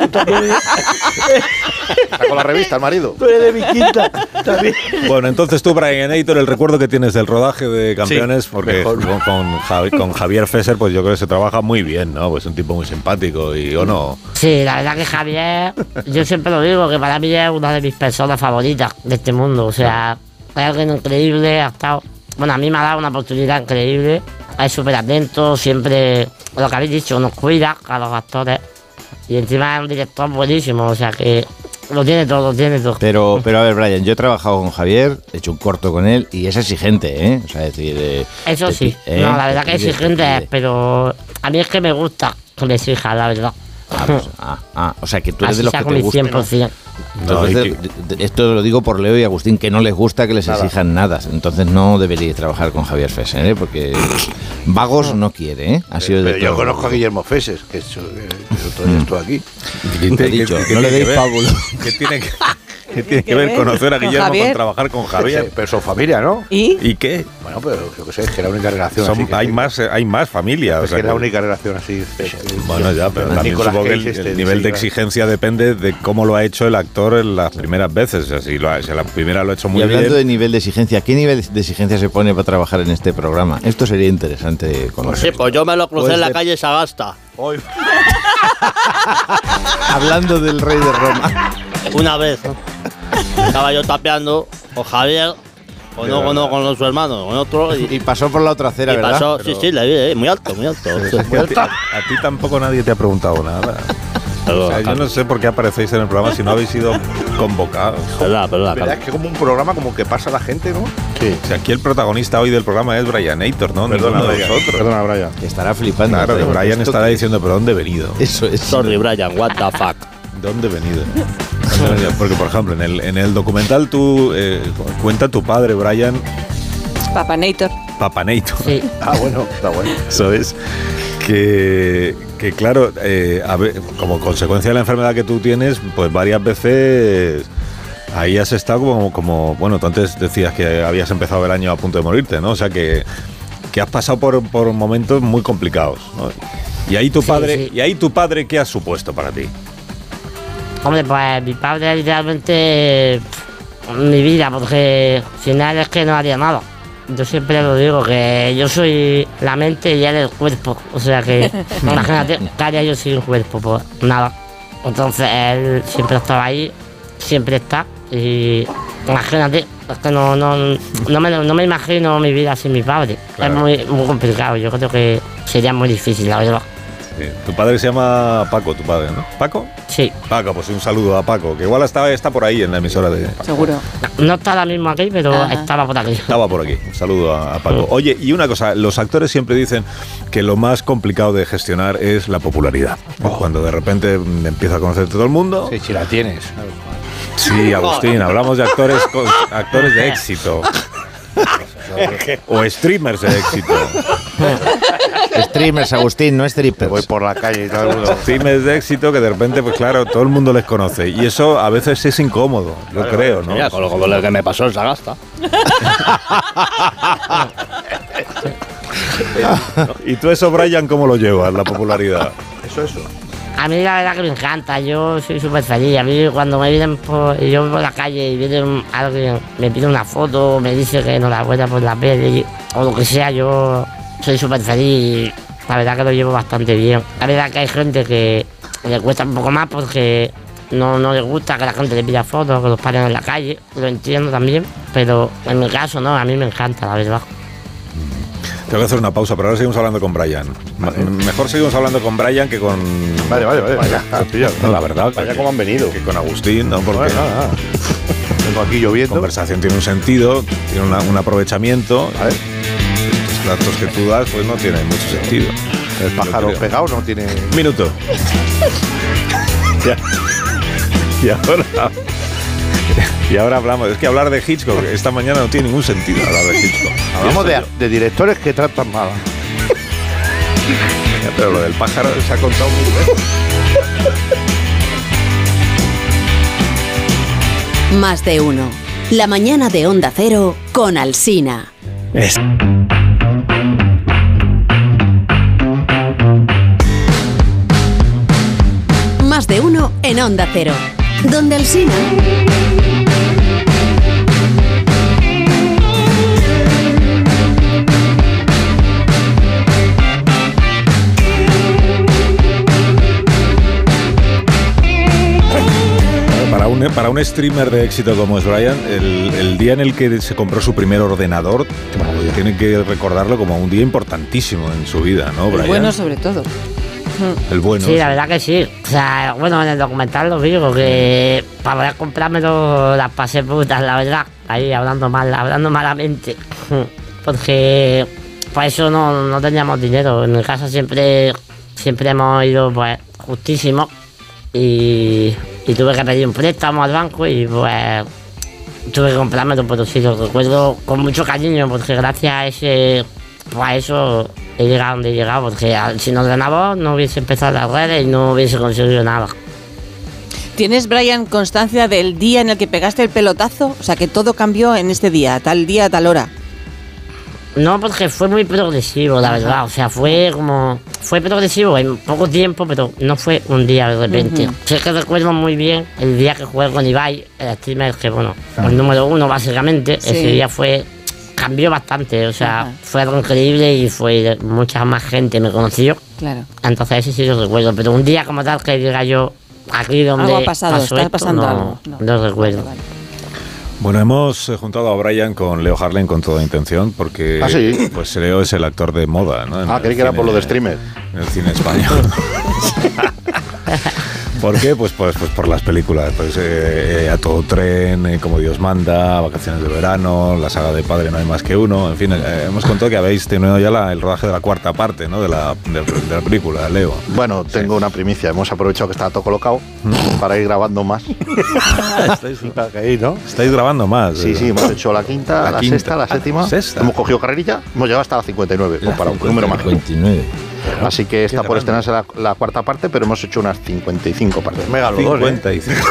Speaker 3: Sacó la revista el marido.
Speaker 5: Tú eres de mi quinta. También.
Speaker 1: Bueno, entonces tú, Brian Aitor, el recuerdo que tienes del rodaje de campeones,
Speaker 5: Sí,
Speaker 1: porque
Speaker 5: mejor.
Speaker 1: con, con Javi- con Javier Fesser, pues yo creo que se trabaja muy bien, ¿no? Pues un tipo muy simpático y o no.
Speaker 8: Sí, la verdad que Javier, yo siempre lo digo, que para mí es una de mis personas favoritas de este mundo. O sea, es alguien increíble, ha estado. Bueno, a mí me ha dado una oportunidad increíble. Es súper atento, siempre, lo que habéis dicho, nos cuida a los actores. Y encima es un director buenísimo, o sea que lo tiene todo, lo tiene todo.
Speaker 4: Pero, pero a ver, Brian, yo he trabajado con Javier, he hecho un corto con él y es exigente, ¿eh? O sea, es decir. eh,
Speaker 8: Eso
Speaker 4: te
Speaker 8: sí,
Speaker 4: pi- ¿eh?
Speaker 8: no, la verdad
Speaker 4: Te
Speaker 8: que
Speaker 4: pide, te
Speaker 8: exigente es,
Speaker 4: pide.
Speaker 8: pero a mí es que me gusta que me exija, la verdad.
Speaker 4: Ah, pues, ah, ah, o sea, que tú eres
Speaker 8: Así
Speaker 4: de los que
Speaker 8: saco
Speaker 4: te
Speaker 8: mi
Speaker 4: gusta.
Speaker 8: 100%.
Speaker 1: No,
Speaker 4: Entonces,
Speaker 1: hay
Speaker 4: de- de- esto lo digo por Leo y Agustín, que no les gusta que les exijan nada. Entonces no deberíais trabajar con Javier Fesser, ¿eh? porque vagos no quiere, ¿eh? Ha sido
Speaker 5: Pero
Speaker 4: de
Speaker 5: yo
Speaker 4: todo.
Speaker 5: conozco a Guillermo Feses, que es, eh, el otro
Speaker 1: Mm.
Speaker 5: día estuvo aquí.
Speaker 1: ¿Qué
Speaker 4: Te he
Speaker 1: tiene-
Speaker 4: dicho,
Speaker 1: qué- qué
Speaker 4: no le
Speaker 1: tiene
Speaker 4: deis
Speaker 1: que ver?
Speaker 4: pábulo.
Speaker 1: ¿Qué tiene que, qué tiene que ver conocer a
Speaker 2: ¿Con
Speaker 1: Guillermo con
Speaker 2: Javier?
Speaker 1: trabajar con
Speaker 5: Sí,
Speaker 1: Javier?
Speaker 5: Pero son familia, ¿no?
Speaker 2: ¿Y?
Speaker 1: ¿Y qué?
Speaker 5: Bueno, pero yo que sé, es que la única relación
Speaker 1: Son-
Speaker 5: así que
Speaker 1: hay,
Speaker 5: sí.
Speaker 1: más, eh, hay más familias. o
Speaker 5: Es
Speaker 1: sea
Speaker 5: que es la
Speaker 1: que-
Speaker 5: única relación así.
Speaker 1: Bueno, ya, pero
Speaker 5: Nicolas
Speaker 1: también supongo que el,
Speaker 5: Cage,
Speaker 1: el
Speaker 5: este,
Speaker 1: nivel de
Speaker 5: sí,
Speaker 1: exigencia depende de cómo lo ha hecho el actor en las primeras veces. O sea, si, lo ha- si la primera lo ha hecho
Speaker 4: Y
Speaker 1: muy bien.
Speaker 4: hablando de nivel de exigencia, ¿qué nivel de exigencia se pone para trabajar en este programa? Esto sería interesante
Speaker 7: Sí,
Speaker 4: conocer.
Speaker 7: pues yo me lo crucé
Speaker 4: Pues
Speaker 7: en la
Speaker 4: de-
Speaker 7: calle Sagasta.
Speaker 5: Hoy-
Speaker 4: Hablando del rey de Roma.
Speaker 7: Una vez estaba yo tapeando con Javier, con, no, con, no, con su hermano, con otro, y,
Speaker 4: Y pasó por la otra acera,
Speaker 7: y
Speaker 4: ¿verdad?
Speaker 7: pasó. Sí, sí, le vi, eh, muy alto, muy alto.
Speaker 5: eh,
Speaker 1: A ti, a ti tampoco nadie te ha preguntado nada. O sea, yo no sé por qué aparecéis en el programa si no habéis sido convocados.
Speaker 7: Verdad, verdad,
Speaker 5: ¿Verdad? Es que como un programa como que pasa la gente, ¿no?
Speaker 3: Sí.
Speaker 1: O sea, aquí el protagonista hoy del programa es Brian Aitor, ¿no?
Speaker 5: Perdona,
Speaker 1: Ninguno de
Speaker 5: Brian.
Speaker 1: vosotros.
Speaker 3: Perdona, Brian.
Speaker 4: Que estará flipando.
Speaker 1: Claro, que
Speaker 4: Pero
Speaker 1: Brian
Speaker 4: esto-
Speaker 1: estará diciendo, pero ¿dónde he venido?
Speaker 4: Eso es.
Speaker 7: Sorry, Brian, what the fuck.
Speaker 1: ¿Dónde he venido? ¿Dónde he venido? Porque, por ejemplo, en el, en el documental tú eh, cuenta tu padre, Brian
Speaker 2: Papanator.
Speaker 1: Papanator.
Speaker 8: Sí.
Speaker 5: Ah, bueno, está bueno.
Speaker 1: ¿sabes? Que, que que claro, eh, a ve- como consecuencia de la enfermedad que tú tienes, pues varias veces ahí has estado como, como bueno, tú antes decías que habías empezado el año a punto de morirte, ¿no? O sea que, que has pasado por, por momentos muy complicados. ¿no? Y ahí tu
Speaker 8: Sí,
Speaker 1: padre,
Speaker 8: sí.
Speaker 1: y ahí tu padre, ¿qué ha supuesto para ti?
Speaker 8: Hombre, pues mi padre literalmente pff, mi vida, porque al final es que no haría nada. Yo siempre lo digo, que yo soy la mente y él el cuerpo. O sea que imagínate, ¿qué haría yo sin cuerpo? Pues nada. Entonces él siempre estaba ahí, siempre está. Y imagínate, es que no, no, no, me, lo- no me imagino mi vida sin mi padre.
Speaker 1: Claro.
Speaker 8: Es muy, muy complicado, yo creo que sería muy difícil, la verdad.
Speaker 1: Sí, Eh, Tu padre se llama Paco, tu padre, ¿no? ¿Paco?
Speaker 8: Sí.
Speaker 1: Paco, pues un saludo a Paco, que igual está, está por ahí en la emisora de...
Speaker 2: Seguro.
Speaker 8: No está ahora mismo aquí, pero
Speaker 2: Ajá.
Speaker 8: estaba por aquí. Mm.
Speaker 1: Estaba por aquí. Un saludo a, a Paco. Oye, y una cosa, los actores siempre dicen que lo más complicado de gestionar es la popularidad. Cuando de repente mm, empieza a conocerte todo el mundo.
Speaker 5: Oh. si la tienes.
Speaker 1: Sí, Agustín, hablamos de actores, con- actores de éxito. O streamers de éxito.
Speaker 4: Streamers, Agustín, no
Speaker 3: Me voy
Speaker 4: strippers.
Speaker 3: por la calle y todo el mundo.
Speaker 1: Streamers de éxito que de repente, pues claro, todo el mundo les conoce. Y eso a veces es incómodo, yo creo, ¿no?
Speaker 7: Mira, con lo, con lo que me pasó en Sagasta.
Speaker 1: Y tú eso, Brian, ¿cómo lo llevas, la popularidad?
Speaker 8: A mí la verdad que me encanta, yo soy súper feliz. A mí cuando me vienen por, yo por la calle y viene un- alguien, me pide una foto, me dice que no la enhorabuena por la peli o lo que sea, yo soy súper feliz. y La verdad que lo llevo bastante bien. La verdad que hay gente que le cuesta un poco más porque no, no le gusta que la gente le pida fotos, que los paren en la calle. Lo entiendo también, pero en mi caso no, a mí me encanta, la verdad.
Speaker 1: Tengo que hacer una pausa, pero ahora seguimos hablando con Brian. Ma- Mejor seguimos hablando con Brian que con.
Speaker 3: Vale, vale, vale. Vaya,
Speaker 1: No, la verdad.
Speaker 3: vaya
Speaker 1: que-
Speaker 3: como han venido.
Speaker 1: que con Agustín, ¿no? Porque
Speaker 3: Bueno, nada, nada. Vengo aquí
Speaker 1: la
Speaker 3: lloviendo.
Speaker 1: conversación tiene un sentido, tiene una- un aprovechamiento.
Speaker 3: Vale.
Speaker 1: Los datos que tú das, pues no tienen mucho sentido.
Speaker 3: El pájaro
Speaker 1: Yo creo.
Speaker 3: pegado no tiene.
Speaker 1: Un minuto. Ya. Y ahora. Y ahora hablamos. Es que hablar de Hitchcock esta mañana no tiene ningún sentido hablar de Hitchcock.
Speaker 3: Hablamos de, de directores que tratan mal.
Speaker 1: Ya, Pero lo del pájaro se ha contado muy bien.
Speaker 9: Más de uno. La mañana de Onda Cero con Alsina. Más de uno en Onda Cero. Donde Alsina.
Speaker 1: Claro, Para un, para un streamer de éxito como es Brian, el, el día en el que se compró su primer ordenador, tiene que recordarlo como un día importantísimo en su vida, ¿no, Brian?
Speaker 2: Y bueno, sobre todo.
Speaker 1: El bueno.
Speaker 8: Sí, la verdad que sí. O sea, bueno, en el documental lo digo, que para poder comprármelo las pasé putas, la verdad. Ahí hablando mal, hablando malamente. Porque por eso no, no teníamos dinero. En mi casa siempre, siempre hemos ido pues justísimo. Y, y tuve que pedir un préstamo al banco y pues tuve que comprármelo, pero sí lo recuerdo con mucho cariño, porque gracias a ese pues a eso he llegado donde he llegado, porque al- si no ganaba no hubiese empezado las redes y no hubiese conseguido nada.
Speaker 2: ¿Tienes, Brian, constancia del día en el que pegaste el pelotazo? O sea, que todo cambió en este día, tal día, tal hora.
Speaker 8: No, porque fue muy progresivo, la verdad. O sea, fue como. Fue progresivo en poco tiempo, pero no fue un día de repente. Sé que recuerdo muy bien el día que jugué con Ibai, el streamer que, bueno, el número uno, básicamente.
Speaker 2: Ah. Sí.
Speaker 8: Ese día fue. Cambió bastante, o sea,
Speaker 2: Ajá.
Speaker 8: fue algo increíble y fue. Mucha más gente me conoció.
Speaker 2: Claro.
Speaker 8: Entonces ese sí lo recuerdo, pero un día como tal que diga yo aquí donde
Speaker 2: Algo ha pasado,
Speaker 8: pasó
Speaker 2: está
Speaker 8: esto,
Speaker 2: pasando
Speaker 8: no,
Speaker 2: algo.
Speaker 8: No,
Speaker 2: No.
Speaker 8: recuerdo.
Speaker 2: Vale,
Speaker 1: Bueno, hemos eh, juntado a Brian con Leo Harlan con toda intención, porque
Speaker 3: Ah, sí.
Speaker 1: pues Leo es el actor de moda, ¿no? En
Speaker 3: Ah,
Speaker 1: el
Speaker 3: creí que era
Speaker 1: cine-
Speaker 3: por lo de streamer.
Speaker 1: En el cine español. ¿Por qué? Pues, pues, pues por las películas. Pues eh, eh, A todo tren, eh, Como Dios manda, Vacaciones de verano, la saga de Padre no hay más que uno. En fin, eh, hemos contado que habéis tenido ya la- el rodaje de la cuarta parte ¿no? de, la, de- de la película, Leo.
Speaker 3: Bueno, tengo una primicia. Hemos aprovechado que estaba todo colocado
Speaker 1: Mm.
Speaker 3: para ir grabando más.
Speaker 5: Ahí, ¿no?
Speaker 1: Estáis grabando más.
Speaker 3: Sí,
Speaker 1: ¿verdad?
Speaker 3: sí, hemos hecho la quinta,
Speaker 1: La
Speaker 3: la,
Speaker 1: quinta.
Speaker 3: sexta, la séptima.
Speaker 1: Sexta.
Speaker 3: Hemos cogido carrerilla, hemos llegado hasta la 59,
Speaker 4: La
Speaker 3: comparado, un número mágico.
Speaker 4: 59.
Speaker 3: Así que está por estrenarse la, la cuarta parte, pero hemos hecho unas 55 partes.
Speaker 5: Megalodón, ¿eh?
Speaker 1: 55.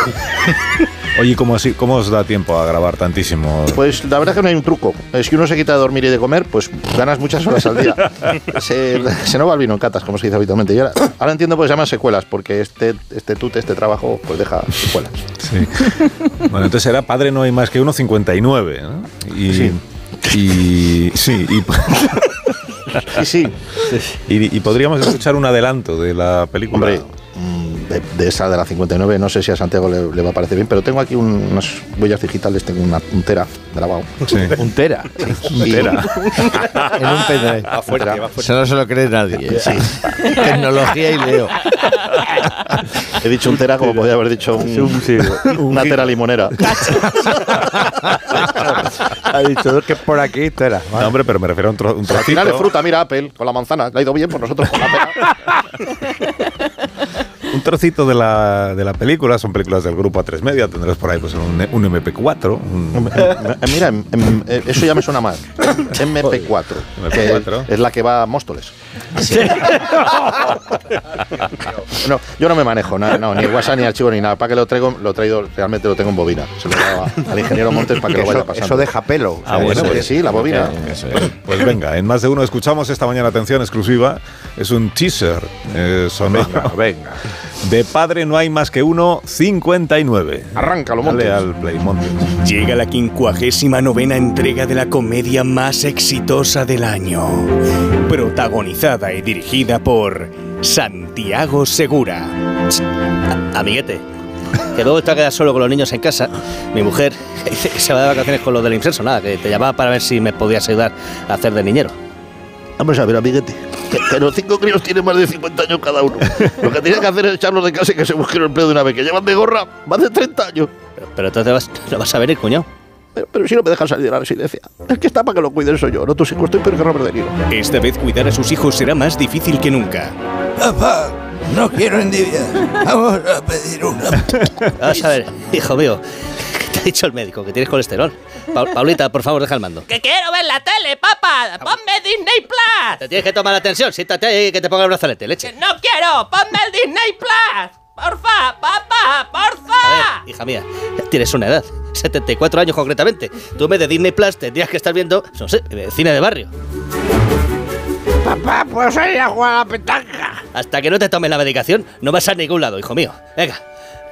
Speaker 1: Oye, ¿cómo, así, ¿cómo os da tiempo a grabar tantísimo?
Speaker 3: Pues la verdad que no hay un truco. Es que uno se quita de dormir y de comer, pues ganas muchas horas al día. Se, se no va al vino en catas, como se dice habitualmente. Y ahora, ahora entiendo pues se llaman secuelas, porque este, este tute, este trabajo, pues deja secuelas.
Speaker 1: Sí. Bueno, entonces era padre no hay más que uno 59, ¿no? Y,
Speaker 3: Sí.
Speaker 1: Y, sí, y,
Speaker 3: Sí, sí.
Speaker 1: y- y podríamos escuchar un adelanto de la película.
Speaker 3: Hombre, mm, de, de esa de la 59, no sé si a Santiago le, le va a parecer bien, pero tengo aquí un- unas huellas digitales, tengo una, un tera grabado.
Speaker 1: Sí.
Speaker 4: Un tera.
Speaker 3: Y-
Speaker 4: En un pendrive.
Speaker 3: Va fuerte, va
Speaker 4: Eso no se lo cree nadie. ¿eh?
Speaker 3: Sí.
Speaker 4: Tecnología y Leo.
Speaker 3: He dicho un tera como podía haber dicho un- una tera limonera.
Speaker 5: Ha dicho que por aquí esto era.
Speaker 1: No, hombre, pero me refiero a un, tro- un
Speaker 3: Al final es
Speaker 1: trocito.
Speaker 3: fruta, mira Apple, con la manzana. Le ha ido bien por nosotros con la pera.
Speaker 1: Un trocito de la, de la película, son películas del grupo A3 Media, tendrás por ahí pues un, un MP4. un-
Speaker 3: Eh, Mira, em, em, eh, eso ya me suena mal. MP4.
Speaker 1: MP4.
Speaker 3: que es la que va a Móstoles. No, yo no me manejo, no, no, ni WhatsApp, ni archivo, ni nada. Para que lo traigo, lo he traído, realmente lo tengo en bobina. Se lo daba al ingeniero Montes para que lo vaya pasando.
Speaker 5: pelo.
Speaker 1: Ah, bueno,
Speaker 3: Eso,
Speaker 1: pues-
Speaker 3: sí, la bobina.
Speaker 1: Eso es. Pues venga, en más de uno escuchamos esta mañana, atención exclusiva, es un teaser eh, sonoro
Speaker 5: venga.
Speaker 1: de Padre No Hay Más Que Uno 59.
Speaker 3: Arráncalo,
Speaker 1: Dale
Speaker 3: Montes.
Speaker 1: al play, Montes.
Speaker 10: Llega la quincuagésima novena entrega de la comedia más exitosa del año, protagonizada y dirigida por Santiago Segura.
Speaker 7: Amiguete, que luego está quedar solo con los niños en casa. Mi mujer dice que se va de vacaciones con los del Incenso. Nada, que te llamaba para ver si me podías ayudar a hacer de niñero.
Speaker 3: Vamos a ver, amiguete. Que, que los cinco críos tienen más de 50 años cada uno. Lo que tienen que hacer es echarlos de casa y que se busquen empleo de una vez. Que llevan de gorra más de 30 años.
Speaker 7: Pero, pero entonces vas, no vas a venir, cuñado.
Speaker 3: Pero, pero si no me dejan salir de la residencia. Es que está para que lo cuiden soy yo. No tus hijos, estoy pero que Robert De Niro.
Speaker 10: Esta vez cuidar a sus hijos será más difícil que nunca.
Speaker 11: Papá, no quiero endiviar. Vamos a pedir una.
Speaker 7: Vas a ver, hijo mío, que te ha dicho el médico que tienes colesterol. Pa- Paulita, por favor, deja el mando.
Speaker 2: ¡Que quiero ver la tele, papá! ¡Ponme Disney Plus!
Speaker 7: Te tienes que tomar la atención, siéntate ahí que te ponga el brazalete, leche.
Speaker 2: ¡No quiero! ¡Ponme el Disney Plus! ¡Porfa, papá,
Speaker 7: A
Speaker 2: porfa!
Speaker 7: ver, hija mía, tienes una edad, 74 años concretamente. Tú me de Disney Plus tendrías que estar viendo, no sé, eh, cine de barrio.
Speaker 11: Papá, ¿puedo salir a jugar a la petanca?
Speaker 7: Hasta que no te tomes la medicación, no vas a ningún lado, hijo mío. Venga.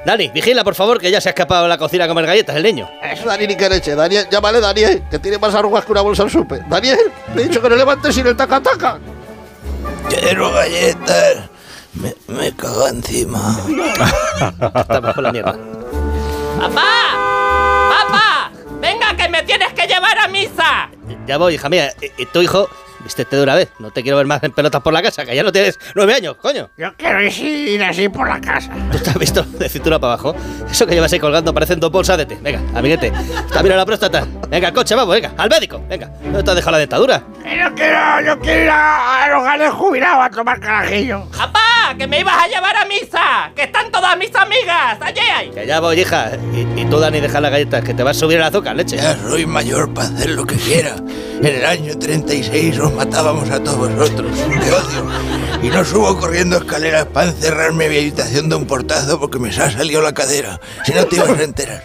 Speaker 7: Dani, vigila, por favor, que ya se ha escapado a la cocina a comer galletas el niño.
Speaker 3: Eso, Daniel, ni que leche. Daniel, llámale Daniel, que tiene más arrugas que una bolsa al supe. Daniel, le he dicho que no levantes sin el taca-taca.
Speaker 11: Quiero galletas. Me, me cago encima.
Speaker 7: Está bajo la mierda.
Speaker 2: ¡Papá! ¡Papá! ¡Venga, que me tienes que llevar a misa!
Speaker 7: Ya voy, hija mía. Y, y tu hijo, vístete de una vez. No te quiero ver más en pelotas por la casa, que ya no tienes nueve años, coño.
Speaker 11: Yo quiero ir- ir así por la casa.
Speaker 7: ¿Tú te has visto de cintura para abajo? Eso que llevas ahí colgando parecen dos bolsas de té. Venga, amiguete. También a la próstata. Venga, al coche, vamos, venga. Al médico. Venga. ¿Dónde te has dejado la dentadura?
Speaker 11: Que Yo quiero, yo quiero ir a, a los gales jubilados a tomar carajillo.
Speaker 2: ¡Papá! ¡Que me ibas a llevar a misa! ¡Que están todas mis amigas! ¡Allí hay!
Speaker 7: Que ya voy, hija. Y, y tú, Dani, deja las galletas, que te vas a subir el azúcar, leche.
Speaker 11: Ya soy mayor para hacer lo que quiera. En el año 36 os matábamos a todos vosotros. Te odio. Y no subo corriendo escaleras para encerrarme en mi habitación de un portazo porque me se ha salido la cadera. Si no te ibas a enterar.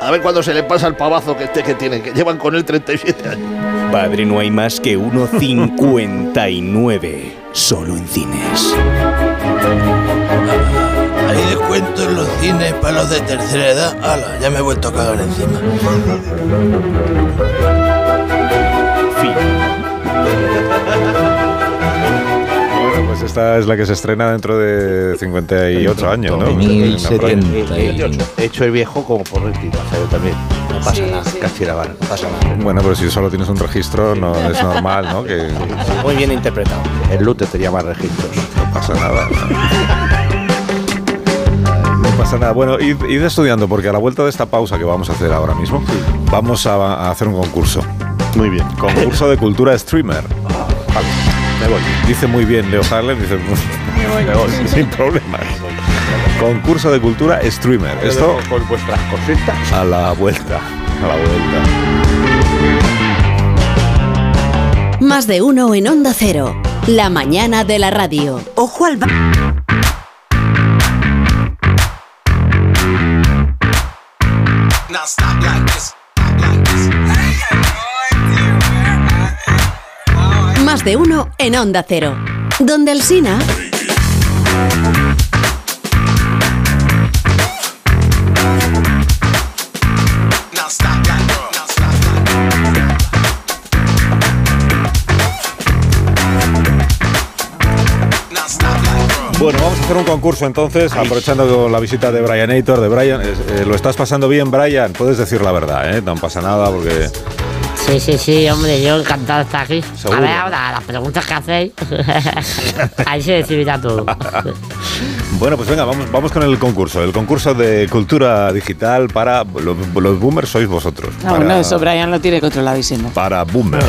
Speaker 3: A ver cuándo se le pasa el pavazo que este que tiene, que llevan con él 37 años.
Speaker 10: Padre no hay más que 1.59, solo en cines.
Speaker 11: Ah, Hay descuentos en los cines para los de tercera edad. Ala, ya me he vuelto a cagar encima.
Speaker 1: Bueno, pues esta es la que se estrena dentro de 58 años, ¿no?
Speaker 5: Hecho el viejo como por el tío, o sea, yo también. No pasa
Speaker 2: Sí,
Speaker 5: nada,
Speaker 2: sí.
Speaker 5: casi la van, no pasa nada.
Speaker 1: Bueno, pero si solo tienes un registro, no es normal, ¿no? Que
Speaker 7: Muy bien interpretado.
Speaker 5: El lute tenía más registros.
Speaker 1: no pasa nada. No pasa nada. Bueno, id, id estudiando, porque a la vuelta de esta pausa que vamos a hacer ahora mismo, vamos a, a hacer un concurso.
Speaker 3: Muy bien.
Speaker 1: Concurso de cultura streamer.
Speaker 5: Ah,
Speaker 1: Vale, me voy. Dice muy bien Leo Harlem, dice me voy, sin problemas. Concurso de cultura streamer. Esto
Speaker 5: Con vuestras cositas.
Speaker 1: a la vuelta. A la vuelta.
Speaker 9: Más de uno en Onda Cero. La mañana de la radio. Ojo al
Speaker 12: Now stop like this.
Speaker 9: Más de uno en Onda Cero. Donde el Sina.
Speaker 12: Now stop like Now stop like Now stop like
Speaker 1: Bueno, vamos a hacer un concurso entonces, aprovechando la visita de Brian Aitor, de Brian. Eh, eh, lo estás pasando bien, Brian. Puedes decir la verdad, ¿eh? No pasa nada porque.
Speaker 8: Sí, sí, sí, hombre, yo encantado de estar aquí.
Speaker 1: Seguro.
Speaker 8: A ver, ahora, las preguntas que hacéis, ahí se decidirá todo.
Speaker 1: Bueno, pues venga, vamos, vamos con el concurso. El concurso de cultura digital para. Los, los boomers sois vosotros.
Speaker 2: No,
Speaker 1: para,
Speaker 2: no, eso Brian lo tiene controlado y siendo.
Speaker 1: para boomers.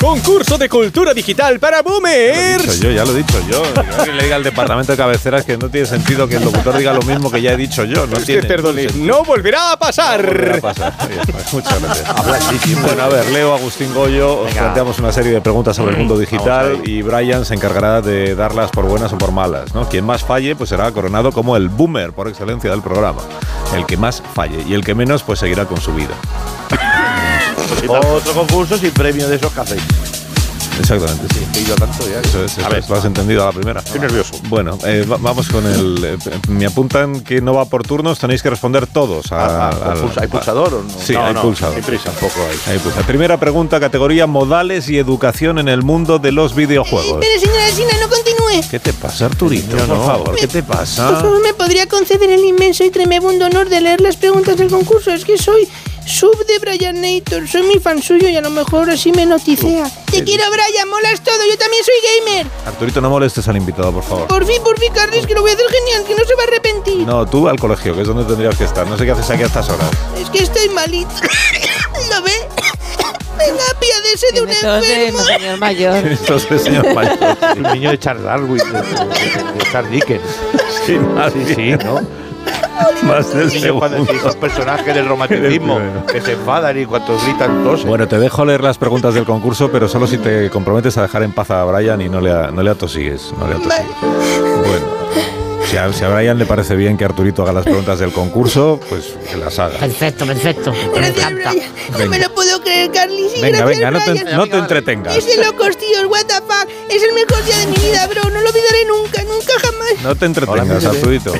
Speaker 13: Concurso de cultura digital para boomers.
Speaker 1: Dicho yo, ya lo he dicho yo. Que le diga al departamento de cabeceras que no tiene sentido que el locutor diga lo mismo que ya he dicho yo. No tiene.
Speaker 13: Perdone, no volverá a pasar.
Speaker 1: Volverá a pasar. Ahí está. pues, Muchas gracias. Bueno, a ver, Leo, Agustín Goyo, os planteamos una serie de preguntas sobre el mundo digital y Brian se encargará de darlas por buenas o por malas. ¿no? Quien más falle, pues será coronado como el boomer por excelencia del programa. El que más falle y el que menos, pues seguirá con su vida.
Speaker 5: Otro concurso sin premio de esos que hacéis.
Speaker 1: Exactamente, sí. Eso es, eso
Speaker 5: ver.
Speaker 1: es. Lo has entendido a la primera. Estoy nervioso. Bueno, eh, va- vamos con el. eh, me apuntan que no va por turnos, tenéis que responder todos. a-
Speaker 5: ah,
Speaker 1: al-
Speaker 5: ¿Hay pulsador o no?
Speaker 1: Sí,
Speaker 5: No,
Speaker 1: hay
Speaker 5: no,
Speaker 1: pulsador.
Speaker 5: hay prisa, tampoco hay.
Speaker 1: Ahí puse. Primera pregunta, categoría modales y educación en el mundo de los videojuegos.
Speaker 14: Pero señora Sina, no continúe.
Speaker 1: ¿Qué te pasa, Arturito? Por
Speaker 5: no.
Speaker 1: favor, ¿qué te
Speaker 14: Por
Speaker 1: pasa?
Speaker 14: favor, ¿me podría conceder el inmenso y tremebundo honor de leer las preguntas del concurso? Es que soy sub de Brian Nator, soy muy fan suyo y a lo mejor así me noticea. Te quiero, Brian, molas todo, yo también soy gamer.
Speaker 1: Arturito, no molestes al invitado, por favor.
Speaker 14: Por fin, por fin, Carles, que lo voy a hacer genial, que no se va a arrepentir.
Speaker 1: No, tú al colegio, que es donde tendrías que estar. No sé qué haces aquí a estas horas.
Speaker 14: Es que estoy malito. ¿Lo ve? Venga, piadese de un enfermo.
Speaker 2: señor mayor.
Speaker 1: Entonces, señor Mayor.
Speaker 5: El niño de Charles Darwin, de, de- de Charles Dickens.
Speaker 1: Sí,
Speaker 5: sí, ¿no?
Speaker 1: Más del
Speaker 5: Sí, cuando
Speaker 1: segundo.
Speaker 5: esos personajes del romanticismo que se enfadan y cuando gritan todos.
Speaker 1: Bueno, te dejo leer las preguntas del concurso, pero solo si te comprometes a dejar en paz a Brian y no le, a- no le atosigues. No le atosigues. Bueno, si a, si a Brian le parece bien que Arturito haga las preguntas del concurso, pues que las haga.
Speaker 8: Perfecto, perfecto. Me encanta.
Speaker 14: No me lo puedo creer, Carlis. y
Speaker 1: Venga,
Speaker 14: gracias,
Speaker 1: venga, no te,
Speaker 14: Brian.
Speaker 1: no te entretengas.
Speaker 14: Es de locos, tíos, what the fuck. Es el mejor día de mi vida, bro. No lo olvidaré nunca, nunca jamás.
Speaker 1: No te entretengas,
Speaker 14: Hola,
Speaker 1: Arturito.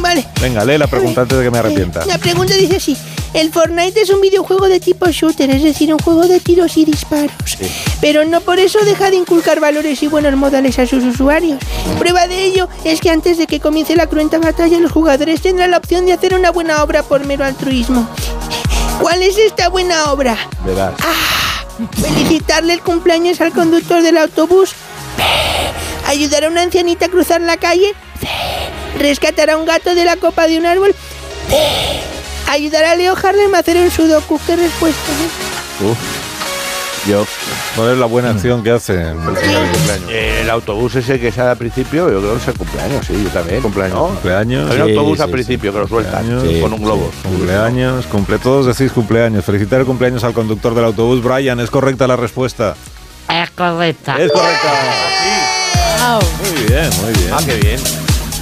Speaker 14: Vale.
Speaker 1: Venga, lee la pregunta antes de que me arrepienta.
Speaker 14: La pregunta dice así. El Fortnite es un videojuego de tipo shooter, es decir, un juego de tiros y disparos. Pero no por eso deja de inculcar valores y buenos modales a sus usuarios. Prueba de ello es que antes de que comience la cruenta batalla, los jugadores tendrán la opción de hacer una buena obra por mero altruismo. ¿Cuál es esta buena obra?
Speaker 5: Verás.
Speaker 14: Ah. Felicitarle el cumpleaños al conductor del autobús. Ayudar a una ancianita a cruzar la calle. Rescatar a un gato de la copa de un árbol. Ayudar a Leo Harlem a hacer un sudoku. ¿Qué respuesta? eh?
Speaker 1: Uf. Yo. ¿Cuál es la buena acción que hace?
Speaker 5: Mm. Eh, El autobús ese que sale al principio, yo creo que es el cumpleaños, sí, yo también. Cumpleaños. ¿no?
Speaker 1: Cumpleaños.
Speaker 5: Hay un
Speaker 1: Sí,
Speaker 5: autobús
Speaker 1: sí,
Speaker 5: al
Speaker 1: sí.
Speaker 5: principio que lo sueltan
Speaker 1: Cumpleaños,
Speaker 5: con un globo.
Speaker 1: sí. Cumpleaños, cumple. Todos decís cumpleaños. Felicitar el cumpleaños al conductor del autobús, Brian. ¿Es correcta la respuesta?
Speaker 8: Es correcta.
Speaker 1: Es correcta. Muy bien, muy bien.
Speaker 5: Ah, qué bien.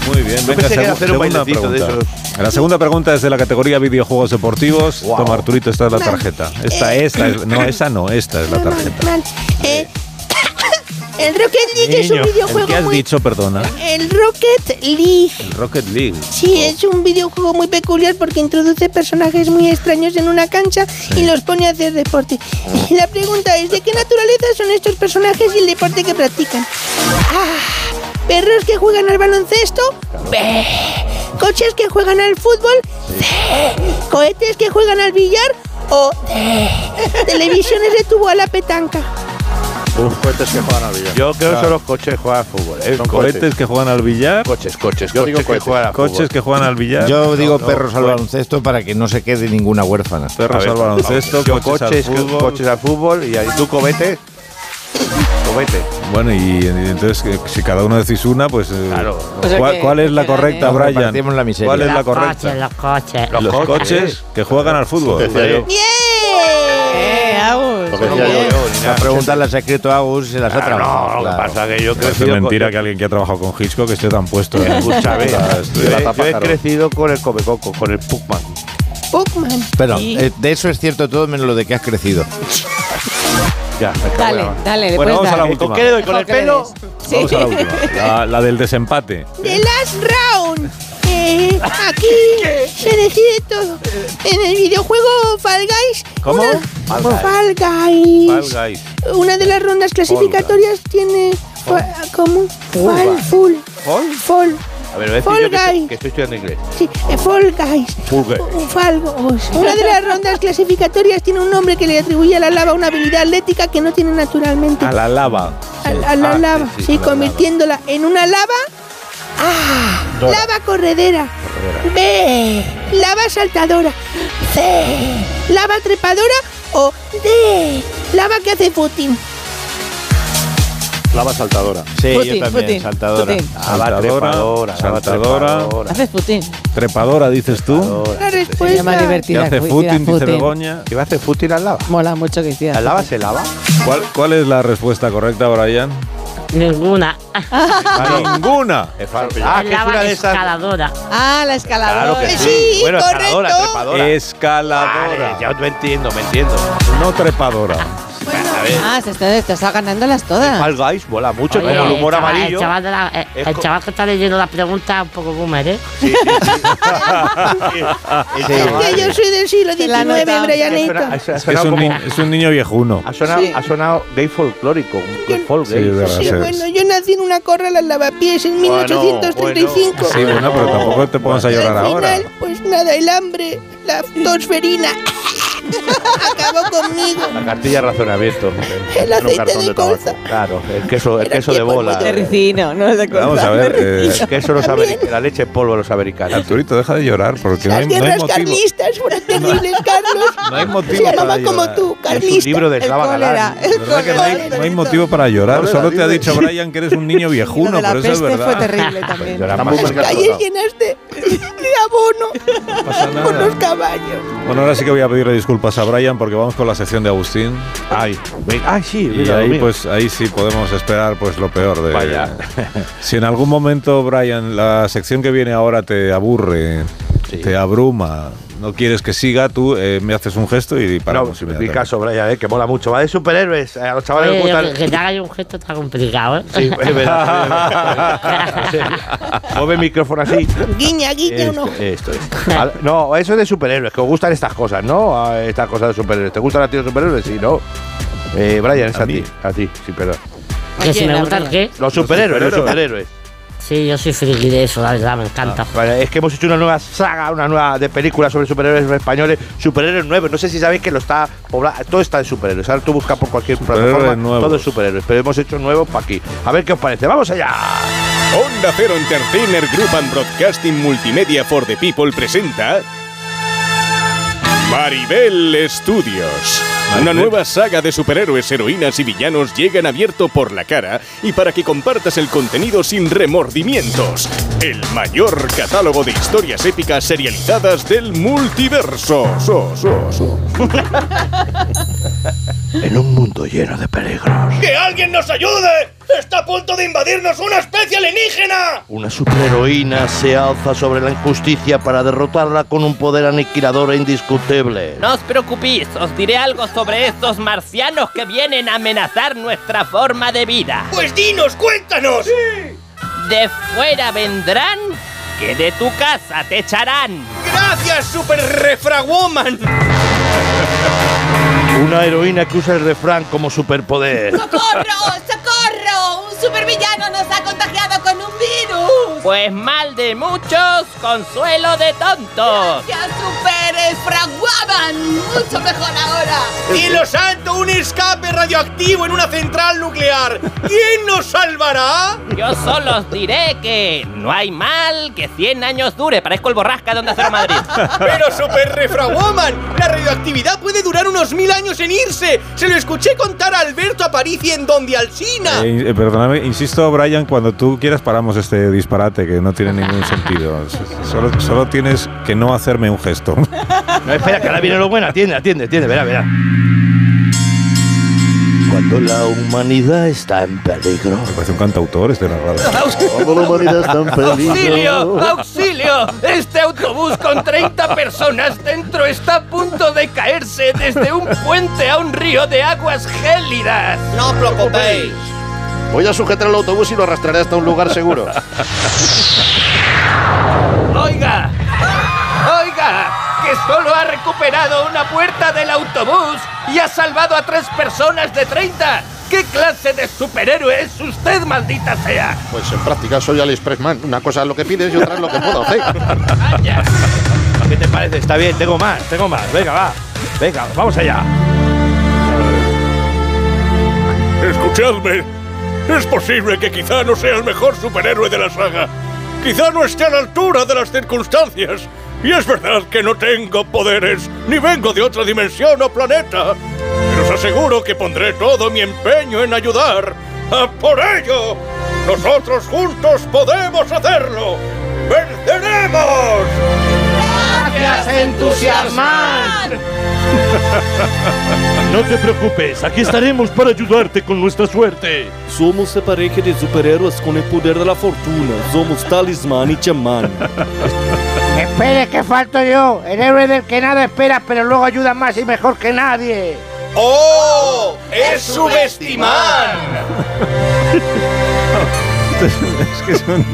Speaker 1: Muy bien, venga,
Speaker 5: Yo pensé que era
Speaker 1: segu-
Speaker 5: hacer un
Speaker 1: segunda
Speaker 5: bailecito de
Speaker 1: pregunta. La segunda pregunta es de la categoría videojuegos deportivos. Toma, Arturito, esta es la tarjeta. Esta,
Speaker 14: eh.
Speaker 1: esta, es- no, esa no, esta es la tarjeta.
Speaker 14: Mal. Eh, el Rocket League "Este es un
Speaker 1: Niño, ¿el ¿Qué
Speaker 14: videojuego
Speaker 1: has
Speaker 14: muy... Eh,
Speaker 1: dicho, perdona?
Speaker 14: El Rocket League.
Speaker 1: El Rocket League.
Speaker 14: Sí, es un videojuego muy peculiar porque introduce personajes muy extraños en una cancha y los pone a hacer deporte.
Speaker 1: Ah.
Speaker 14: Y la pregunta es, ¿de qué naturaleza son estos personajes y el deporte que practican? Ah, perros que juegan al baloncesto, Beh. coches que juegan al fútbol, Beh. cohetes que juegan al billar o Beh. televisiones de tubo a la petanca.
Speaker 5: Los cohetes que juegan al billar. Yo creo que son los coches que juegan al fútbol. ¿eh? Son
Speaker 1: Cohetes que juegan al billar.
Speaker 5: Coches, coches,
Speaker 1: Yo digo
Speaker 5: coches que
Speaker 1: cohetes.
Speaker 5: juegan al
Speaker 1: Coches
Speaker 5: fútbol.
Speaker 1: que juegan al billar.
Speaker 4: Yo
Speaker 1: No,
Speaker 4: digo
Speaker 1: no,
Speaker 4: perros al
Speaker 1: bueno.
Speaker 4: baloncesto para que no se quede ninguna huérfana.
Speaker 1: Perros al baloncesto,
Speaker 5: Yo
Speaker 1: coches,
Speaker 5: coches,
Speaker 1: al fútbol.
Speaker 5: coches al fútbol y ahí tú cometes. Comete.
Speaker 1: Bueno, y, y entonces, eh, si cada uno decís una, pues. eh,
Speaker 5: Pues
Speaker 1: ¿cuál,
Speaker 5: es que-
Speaker 1: cuál es la
Speaker 5: que gané.
Speaker 8: ¿eh?
Speaker 1: correcta,
Speaker 5: Nos
Speaker 1: Brian?
Speaker 5: repartimos la miseria.
Speaker 1: ¿Cuál es la
Speaker 5: Los
Speaker 1: correcta?
Speaker 8: Coches, los coches.
Speaker 1: Los coches que juegan al fútbol.
Speaker 5: Sí.
Speaker 14: ¡Bien!
Speaker 2: Eh, Agus.
Speaker 4: Porque decía
Speaker 2: Hombre.
Speaker 4: yo, Esas preguntas las ha escrito Agus y se las ha trabajado. No, lo que pasa
Speaker 5: que yo
Speaker 1: Es mentira que alguien que ha trabajado con Hitchcock esté tan puesto. en-
Speaker 5: Escúchame,
Speaker 1: las-
Speaker 5: pues, yo he- yo he crecido con el Comecoco, con el Puckman.
Speaker 14: Pokémon.
Speaker 4: Pero
Speaker 14: Sí.
Speaker 4: eh, de eso es cierto todo menos lo de que has crecido.
Speaker 5: ya,
Speaker 2: Dale, dale, le
Speaker 4: Bueno,
Speaker 2: puedes
Speaker 4: vamos a la
Speaker 2: dar.
Speaker 4: última. ¿Con qué le doy? ¿Con
Speaker 2: Mejor
Speaker 4: el
Speaker 2: que
Speaker 4: pelo?
Speaker 2: le des. Sí.
Speaker 1: Vamos a la última. La, la del desempate.
Speaker 14: The Last Round. Eh, aquí se decide todo. En el videojuego Fall Guys.
Speaker 1: ¿Cómo?
Speaker 14: una-
Speaker 1: Fall
Speaker 14: Fall
Speaker 1: Guys.
Speaker 14: Guys.
Speaker 1: Fall Guys.
Speaker 14: Una de las rondas clasificatorias tiene. fa- ¿Cómo? Fall Full.
Speaker 5: Fall.
Speaker 14: Fall.
Speaker 5: A ver, voy a decir
Speaker 14: Fall
Speaker 5: yo que, estoy-
Speaker 14: Guys.
Speaker 5: que estoy estudiando inglés.
Speaker 14: Sí, eh, Fall Guys.
Speaker 5: Full Guys.
Speaker 14: Un falgo. Una de las rondas clasificatorias tiene un nombre que le atribuye a la lava una habilidad atlética que no tiene naturalmente.
Speaker 1: A la lava.
Speaker 14: A, a la
Speaker 1: Ah, sí,
Speaker 14: lava.
Speaker 1: sí,
Speaker 14: Sí,
Speaker 1: a la
Speaker 14: convirtiéndola en una lava. ¡Ah!
Speaker 1: Dora.
Speaker 14: Lava corredera. B. Lava saltadora. C. Lava trepadora. O D. Lava que hace footing.
Speaker 3: Lava saltadora.
Speaker 4: Sí,
Speaker 2: Putin,
Speaker 4: yo también,
Speaker 2: Putin,
Speaker 4: saltadora.
Speaker 5: Ah,
Speaker 2: Putin.
Speaker 1: Saltadora, saltadora,
Speaker 2: Haces putín.
Speaker 1: trepadora, dices tú.
Speaker 14: La
Speaker 2: Sería más
Speaker 14: respuesta.
Speaker 2: divertida.
Speaker 1: hace
Speaker 2: que
Speaker 1: footing,
Speaker 2: hiciera
Speaker 1: dice Begoña.
Speaker 5: ¿Que va a hacer footing al lava?
Speaker 2: Mola mucho que hicieras.
Speaker 5: ¿Al lava se lava?
Speaker 1: ¿Cuál, ¿Cuál es la respuesta correcta, Brian?
Speaker 8: Ninguna.
Speaker 1: A ninguna.
Speaker 8: Ah, lava escaladora.
Speaker 2: Ah, la escaladora.
Speaker 5: bueno, escaladora, trepadora.
Speaker 1: Escaladora.
Speaker 5: Vale, ya me entiendo, me entiendo.
Speaker 1: No trepadora.
Speaker 5: A ver,
Speaker 2: Ah, se está, te está ganándolas todas.
Speaker 5: Fall Guys mola mucho,
Speaker 8: Oye,
Speaker 5: con el humor
Speaker 8: chaval,
Speaker 5: amarillo.
Speaker 8: El chaval, de la- eh,
Speaker 5: Es
Speaker 8: el
Speaker 5: co-
Speaker 8: chaval que está leyendo las preguntas es un poco boomer, ¿eh?
Speaker 14: Que yo soy del siglo XIX, Brianito.
Speaker 1: Es, que es un, ni- es un niño viejuno.
Speaker 5: Ha sonado, ha sonado gay folclórico, un gay folk
Speaker 1: Sí, es verdad,
Speaker 5: gay.
Speaker 1: sí.
Speaker 14: Sí, bueno, yo nací en una corra a las lavapiés en 1835.
Speaker 1: Sí, bueno, pero tampoco te pongas a
Speaker 14: Y
Speaker 1: llorar
Speaker 14: al
Speaker 1: ahora.
Speaker 14: final, pues nada, el hambre, la tosferina, acabó conmigo.
Speaker 5: La cartilla de razonamiento.
Speaker 14: El
Speaker 5: En un
Speaker 14: aceite
Speaker 5: cartón
Speaker 14: de
Speaker 5: tabaco.
Speaker 14: colza.
Speaker 5: Claro, el queso, el queso de bola.
Speaker 2: De ricino, no es de
Speaker 1: Vamos
Speaker 2: colza,
Speaker 1: a ver,
Speaker 2: de
Speaker 1: eh,
Speaker 2: ricino.
Speaker 5: El queso los americ- la leche en polvo de los americanos.
Speaker 1: Arturito, deja de llorar porque no hay,
Speaker 14: Las
Speaker 1: no hay
Speaker 14: guerras
Speaker 1: motivo.
Speaker 14: carlistas fueron terribles, Carlos.
Speaker 1: No hay motivo
Speaker 14: Se
Speaker 1: para
Speaker 14: llamaba
Speaker 1: llorar.
Speaker 14: como tú,
Speaker 1: Es un
Speaker 14: Carlista.
Speaker 1: libro de
Speaker 14: el
Speaker 1: Slava
Speaker 14: cólera,
Speaker 1: Galán.
Speaker 14: el
Speaker 1: ¿Verdad que no hay-
Speaker 14: cólera.
Speaker 1: No hay motivo para llorar.
Speaker 5: Dale,
Speaker 1: Solo te ha
Speaker 5: dale.
Speaker 1: dicho Brian que eres un niño viejuno,
Speaker 2: de la
Speaker 1: pero eso es
Speaker 2: peste
Speaker 1: verdad.
Speaker 2: fue terrible también.
Speaker 1: Llora
Speaker 5: Está
Speaker 1: más.
Speaker 5: muy
Speaker 14: Las calles llenas de, de abono con los caballos.
Speaker 1: Bueno, ahora sí que voy a pedirle disculpas a Brian porque vamos con la sección de Agustín.
Speaker 5: Ay, venga, ah, sí,
Speaker 1: Y
Speaker 5: mira,
Speaker 1: ahí,
Speaker 5: mira.
Speaker 1: pues, ahí sí podemos esperar pues lo peor de.
Speaker 5: Vaya.
Speaker 1: Si en algún momento, Brian, la sección que viene ahora te aburre, te abruma, no quieres que siga, tú eh, me haces un gesto y
Speaker 5: No,
Speaker 1: paramos.
Speaker 5: mi
Speaker 1: inmediatamente.
Speaker 5: caso, Brian, eh, que mola mucho. Va de superhéroes. eh, A los chavales les
Speaker 8: Oye,
Speaker 5: gustan.
Speaker 8: yo que, que te haga yo un gesto está complicado, ¿eh?
Speaker 5: Sí, es verdad. Sí, Mueve el micrófono así.
Speaker 14: Guiña,
Speaker 1: Este,
Speaker 14: guiña,
Speaker 5: Esto,
Speaker 14: uno.
Speaker 5: esto es. A- No, eso es de superhéroes, que os gustan estas cosas, ¿no? Ah, Estas cosas de superhéroes. ¿Te gustan a ti los superhéroes? Sí, ¿no? Eh, Brian, es a, ti. A ti, sí, perdón.
Speaker 8: Que si
Speaker 2: Oye,
Speaker 8: me
Speaker 2: la
Speaker 8: gusta el
Speaker 2: broma.
Speaker 8: qué.
Speaker 5: Los superhéroes, los superhéroes.
Speaker 8: Sí, yo soy friki de eso, la verdad, me
Speaker 15: Ah,
Speaker 8: encanta.
Speaker 5: Vale, es que hemos hecho una nueva saga, una nueva de películas sobre superhéroes españoles, superhéroes nuevos. No sé si sabéis que lo está pobla- todo está de superhéroes. Ahora tú buscas por cualquier
Speaker 1: Superhéroes
Speaker 5: plataforma
Speaker 1: nuevos.
Speaker 5: todo es superhéroes, pero hemos hecho nuevos para aquí. A ver qué os parece. Vamos allá.
Speaker 13: Onda Cero Entertainer Group and Broadcasting Multimedia for the People presenta Maribel Studios. Una nueva saga de superhéroes, heroínas y villanos llegan abierto por la cara y para que compartas el contenido sin remordimientos. El mayor catálogo de historias épicas serializadas del multiverso. So, so, so.
Speaker 11: En un mundo lleno de peligros,
Speaker 13: ¡Que alguien nos ayude! ¡Está a punto de invadirnos una especie alienígena!
Speaker 11: una superheroína se alza sobre la injusticia para derrotarla con un poder aniquilador e indiscutible.
Speaker 16: No os preocupéis, os diré algo sobre estos marcianos que vienen a amenazar nuestra forma de vida.
Speaker 13: Pues dinos, cuéntanos.
Speaker 16: De fuera vendrán, que de tu casa te echarán.
Speaker 13: ¡Gracias, Super Refrawoman!
Speaker 11: Una heroína que usa el refrán como superpoder.
Speaker 17: ¡Socorro! ¡Socorro! ¡Un supervillano nos ha contagiado con un virus!
Speaker 16: Pues mal de muchos, consuelo de tontos.
Speaker 17: ¡Ya super fraguaban! ¡Mucho mejor ahora!
Speaker 13: ¡Cielo santo, un escape radioactivo en una central nuclear! ¿Quién nos salvará?
Speaker 16: Yo solo os diré que no hay mal que 100 años dure. Parezco el borrasca de Onda Cero Madrid.
Speaker 13: Pero Super Refrawoman, la radioactividad puede durar unos mil años en irse. Se lo escuché contar a Alberto Aparici en Donde Alsina.
Speaker 1: Eh, eh, perdóname, insisto, Brian, cuando tú quieras paramos este disparate que no tiene ningún sentido. S- Solo, solo tienes que no hacerme un gesto.
Speaker 5: No, espera, que ahora viene lo bueno. Atiende, atiende, atiende. Verá, verá.
Speaker 11: Cuando la humanidad está en peligro. Me
Speaker 1: parece un cantautor este
Speaker 11: Cuando la humanidad está en peligro.
Speaker 16: ¡Auxilio! ¡Auxilio! Este autobús con 30 personas dentro está a punto de caerse desde un puente a un río de aguas gélidas.
Speaker 7: No os preocupéis.
Speaker 3: Voy a sujetar el autobús y lo arrastraré hasta un lugar seguro.
Speaker 16: Oiga, oiga, que solo ha recuperado una puerta del autobús y ha salvado a tres personas de 30. ¿Qué clase de superhéroe es usted, maldita sea?
Speaker 3: Pues en práctica soy Aliexpress Man. Una cosa es lo que pides y otra es lo que puedo hacer.
Speaker 5: ¿Qué te parece? Está bien, tengo más, tengo más. Venga, va. Venga, vamos allá.
Speaker 18: Escuchadme. Es posible que quizá no sea el mejor superhéroe de la saga. Quizá no esté a la altura de las circunstancias. Y es verdad que no tengo poderes, ni vengo de otra dimensión o planeta. Pero os aseguro que pondré todo mi empeño en ayudar. ¡A por ello! ¡Nosotros juntos podemos hacerlo! ¡Venceremos!
Speaker 16: ¡Gracias, entusiasmar!
Speaker 19: No te preocupes, aquí estaremos para ayudarte con nuestra suerte.
Speaker 20: Somos a pareja de superhéroes con el poder de la fortuna. Somos talismán y chamán.
Speaker 15: Espere, que falto yo. El héroe del que nada esperas, pero luego ayuda más y mejor que nadie.
Speaker 12: ¡Oh! ¡Es subestimar!
Speaker 1: es que es un,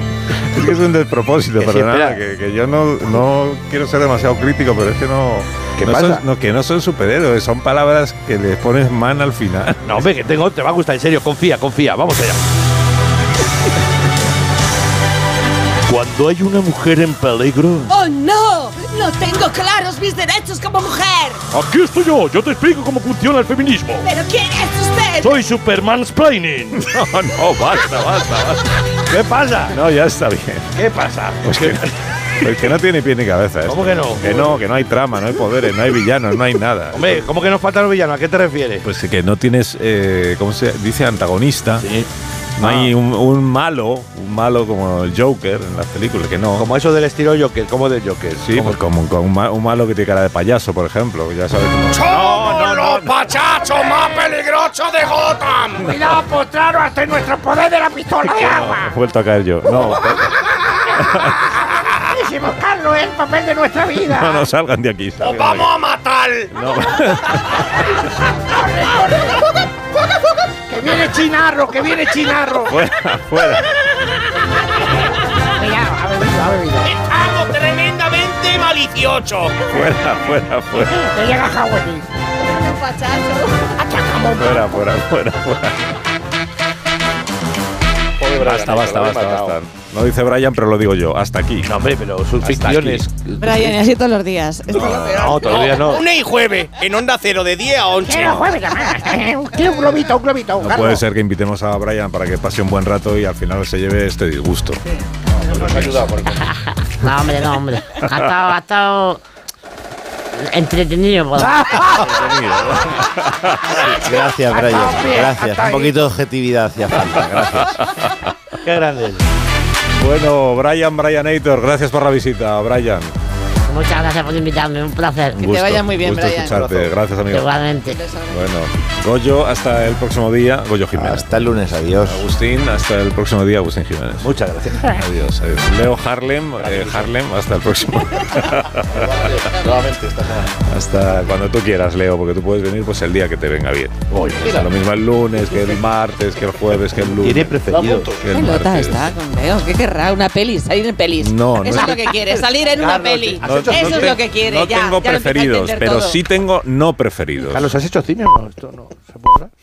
Speaker 1: es que es un despropósito,
Speaker 3: Que sí,
Speaker 1: perdonad,
Speaker 3: espera.
Speaker 1: que, que yo no, no quiero ser demasiado crítico, pero es que no.
Speaker 5: ¿Qué
Speaker 1: no
Speaker 5: pasa?
Speaker 1: son- no, que no son superhéroes, son palabras que le pones man al final.
Speaker 5: No, hombre, que tengo, te va a gustar, en serio, confía, confía, vamos allá.
Speaker 19: Cuando hay una mujer en peligro,
Speaker 17: ¡Oh, no! No tengo claros mis derechos como mujer.
Speaker 19: aquí estoy yo. Yo te explico cómo funciona el feminismo.
Speaker 17: ¿Pero quién es usted?
Speaker 19: Soy Superman Splaining. No, no, basta, basta.
Speaker 5: ¿Qué pasa?
Speaker 1: No, ya está bien.
Speaker 5: ¿Qué pasa?
Speaker 1: Pues que, pues que no tiene pie ni cabeza. esto.
Speaker 5: ¿Cómo que no?
Speaker 1: Que no, que no hay trama, no hay poderes, no hay villanos, no hay nada.
Speaker 5: Hombre, ¿cómo que nos faltan los villanos? ¿A qué te refieres?
Speaker 1: Pues que no tienes, eh, ¿cómo se dice? Antagonista. No hay
Speaker 5: Ah.
Speaker 1: un, un malo, un malo como el Joker en las películas, que no.
Speaker 5: Como eso del estilo Joker, como del Joker.
Speaker 1: Sí, pues como, como un, ma- un malo que tiene cara de payaso, por ejemplo, ya sabes cómo.
Speaker 12: ¡Somos los pachachos más peligrosos de Gotham!
Speaker 15: Cuidado, potraro, hasta en nuestro poder de la pistola de agua.
Speaker 1: He vuelto a caer yo. No,
Speaker 15: Buenísimo, Carlos, es el papel de nuestra vida.
Speaker 1: no, no, salgan de aquí. salgan de aquí.
Speaker 12: a matar!
Speaker 1: No.
Speaker 15: Que viene Chinarro, que viene Chinarro.
Speaker 1: fuera, fuera.
Speaker 15: Cuidado, ha bebido, ha bebido.
Speaker 12: ¡Estamos tremendamente maliciosos!
Speaker 1: Fuera, fuera, fuera.
Speaker 15: Que llega Howard.
Speaker 1: Fuera, Ah, fuera, fuera, fuera. Basta, basta, basta, basta. No dice Brian, pero lo digo yo. Hasta aquí. No,
Speaker 5: hombre, pero son
Speaker 1: ficciones.
Speaker 2: Brian, y así todos los días. Esto es lo peor.
Speaker 5: No, todavía no.
Speaker 18: Una y jueves, en onda cero de 10 a 11.
Speaker 15: Quiero jueves, además. Quiero un globito, un globito.
Speaker 1: No puede ser que invitemos a Brian para que pase un buen rato y al final se lleve este disgusto.
Speaker 8: No, hombre, no, hombre. Ha estado, ha estado entretenido. pues. por-
Speaker 4: Gracias, Brian.
Speaker 8: Hasta ahí,
Speaker 4: Gracias.
Speaker 8: hasta
Speaker 4: Un
Speaker 8: ahí.
Speaker 4: poquito de objetividad hacía falta. Gracias.
Speaker 5: Qué grande.
Speaker 1: Bueno, Brian, Brian Aitor, gracias por la visita, Brian.
Speaker 8: Muchas gracias por invitarme, un placer.
Speaker 1: Un gusto, gusto escucharte. Gracias, amigo.
Speaker 8: Igualmente.
Speaker 1: Bueno, Goyo, hasta el próximo día. Goyo Jiménez. Hasta
Speaker 4: el lunes, adiós.
Speaker 1: Agustín, hasta el próximo día, Agustín Jiménez.
Speaker 5: Muchas gracias.
Speaker 1: Adiós, adiós. Leo Harlem, eh, Harlem, hasta el próximo.
Speaker 3: Nuevamente esta semana.
Speaker 1: hasta cuando tú quieras, Leo, porque tú puedes venir pues el día que te venga bien. Oye,
Speaker 2: mira.
Speaker 1: lo mismo el lunes, que el martes, que el jueves, que el lunes.
Speaker 4: Tiene preferido.
Speaker 1: Que el
Speaker 2: Qué lota
Speaker 1: martes.
Speaker 2: está con Leo. ¿Qué querrá? ¿Una peli? ¿Salir en pelis?
Speaker 1: No, no
Speaker 2: Eso
Speaker 1: es-
Speaker 2: es lo que quiere, salir en una peli.
Speaker 1: No,
Speaker 2: Eso
Speaker 1: no
Speaker 2: es
Speaker 1: te-
Speaker 2: lo que quiere.
Speaker 1: No
Speaker 2: ya,
Speaker 1: tengo
Speaker 2: ya lo empieza a
Speaker 1: preferidos,
Speaker 2: entender
Speaker 1: pero
Speaker 2: todo.
Speaker 1: sí tengo no preferidos.
Speaker 5: Carlos, ¿has hecho cine o no? Esto no. ¿Se puede hablar?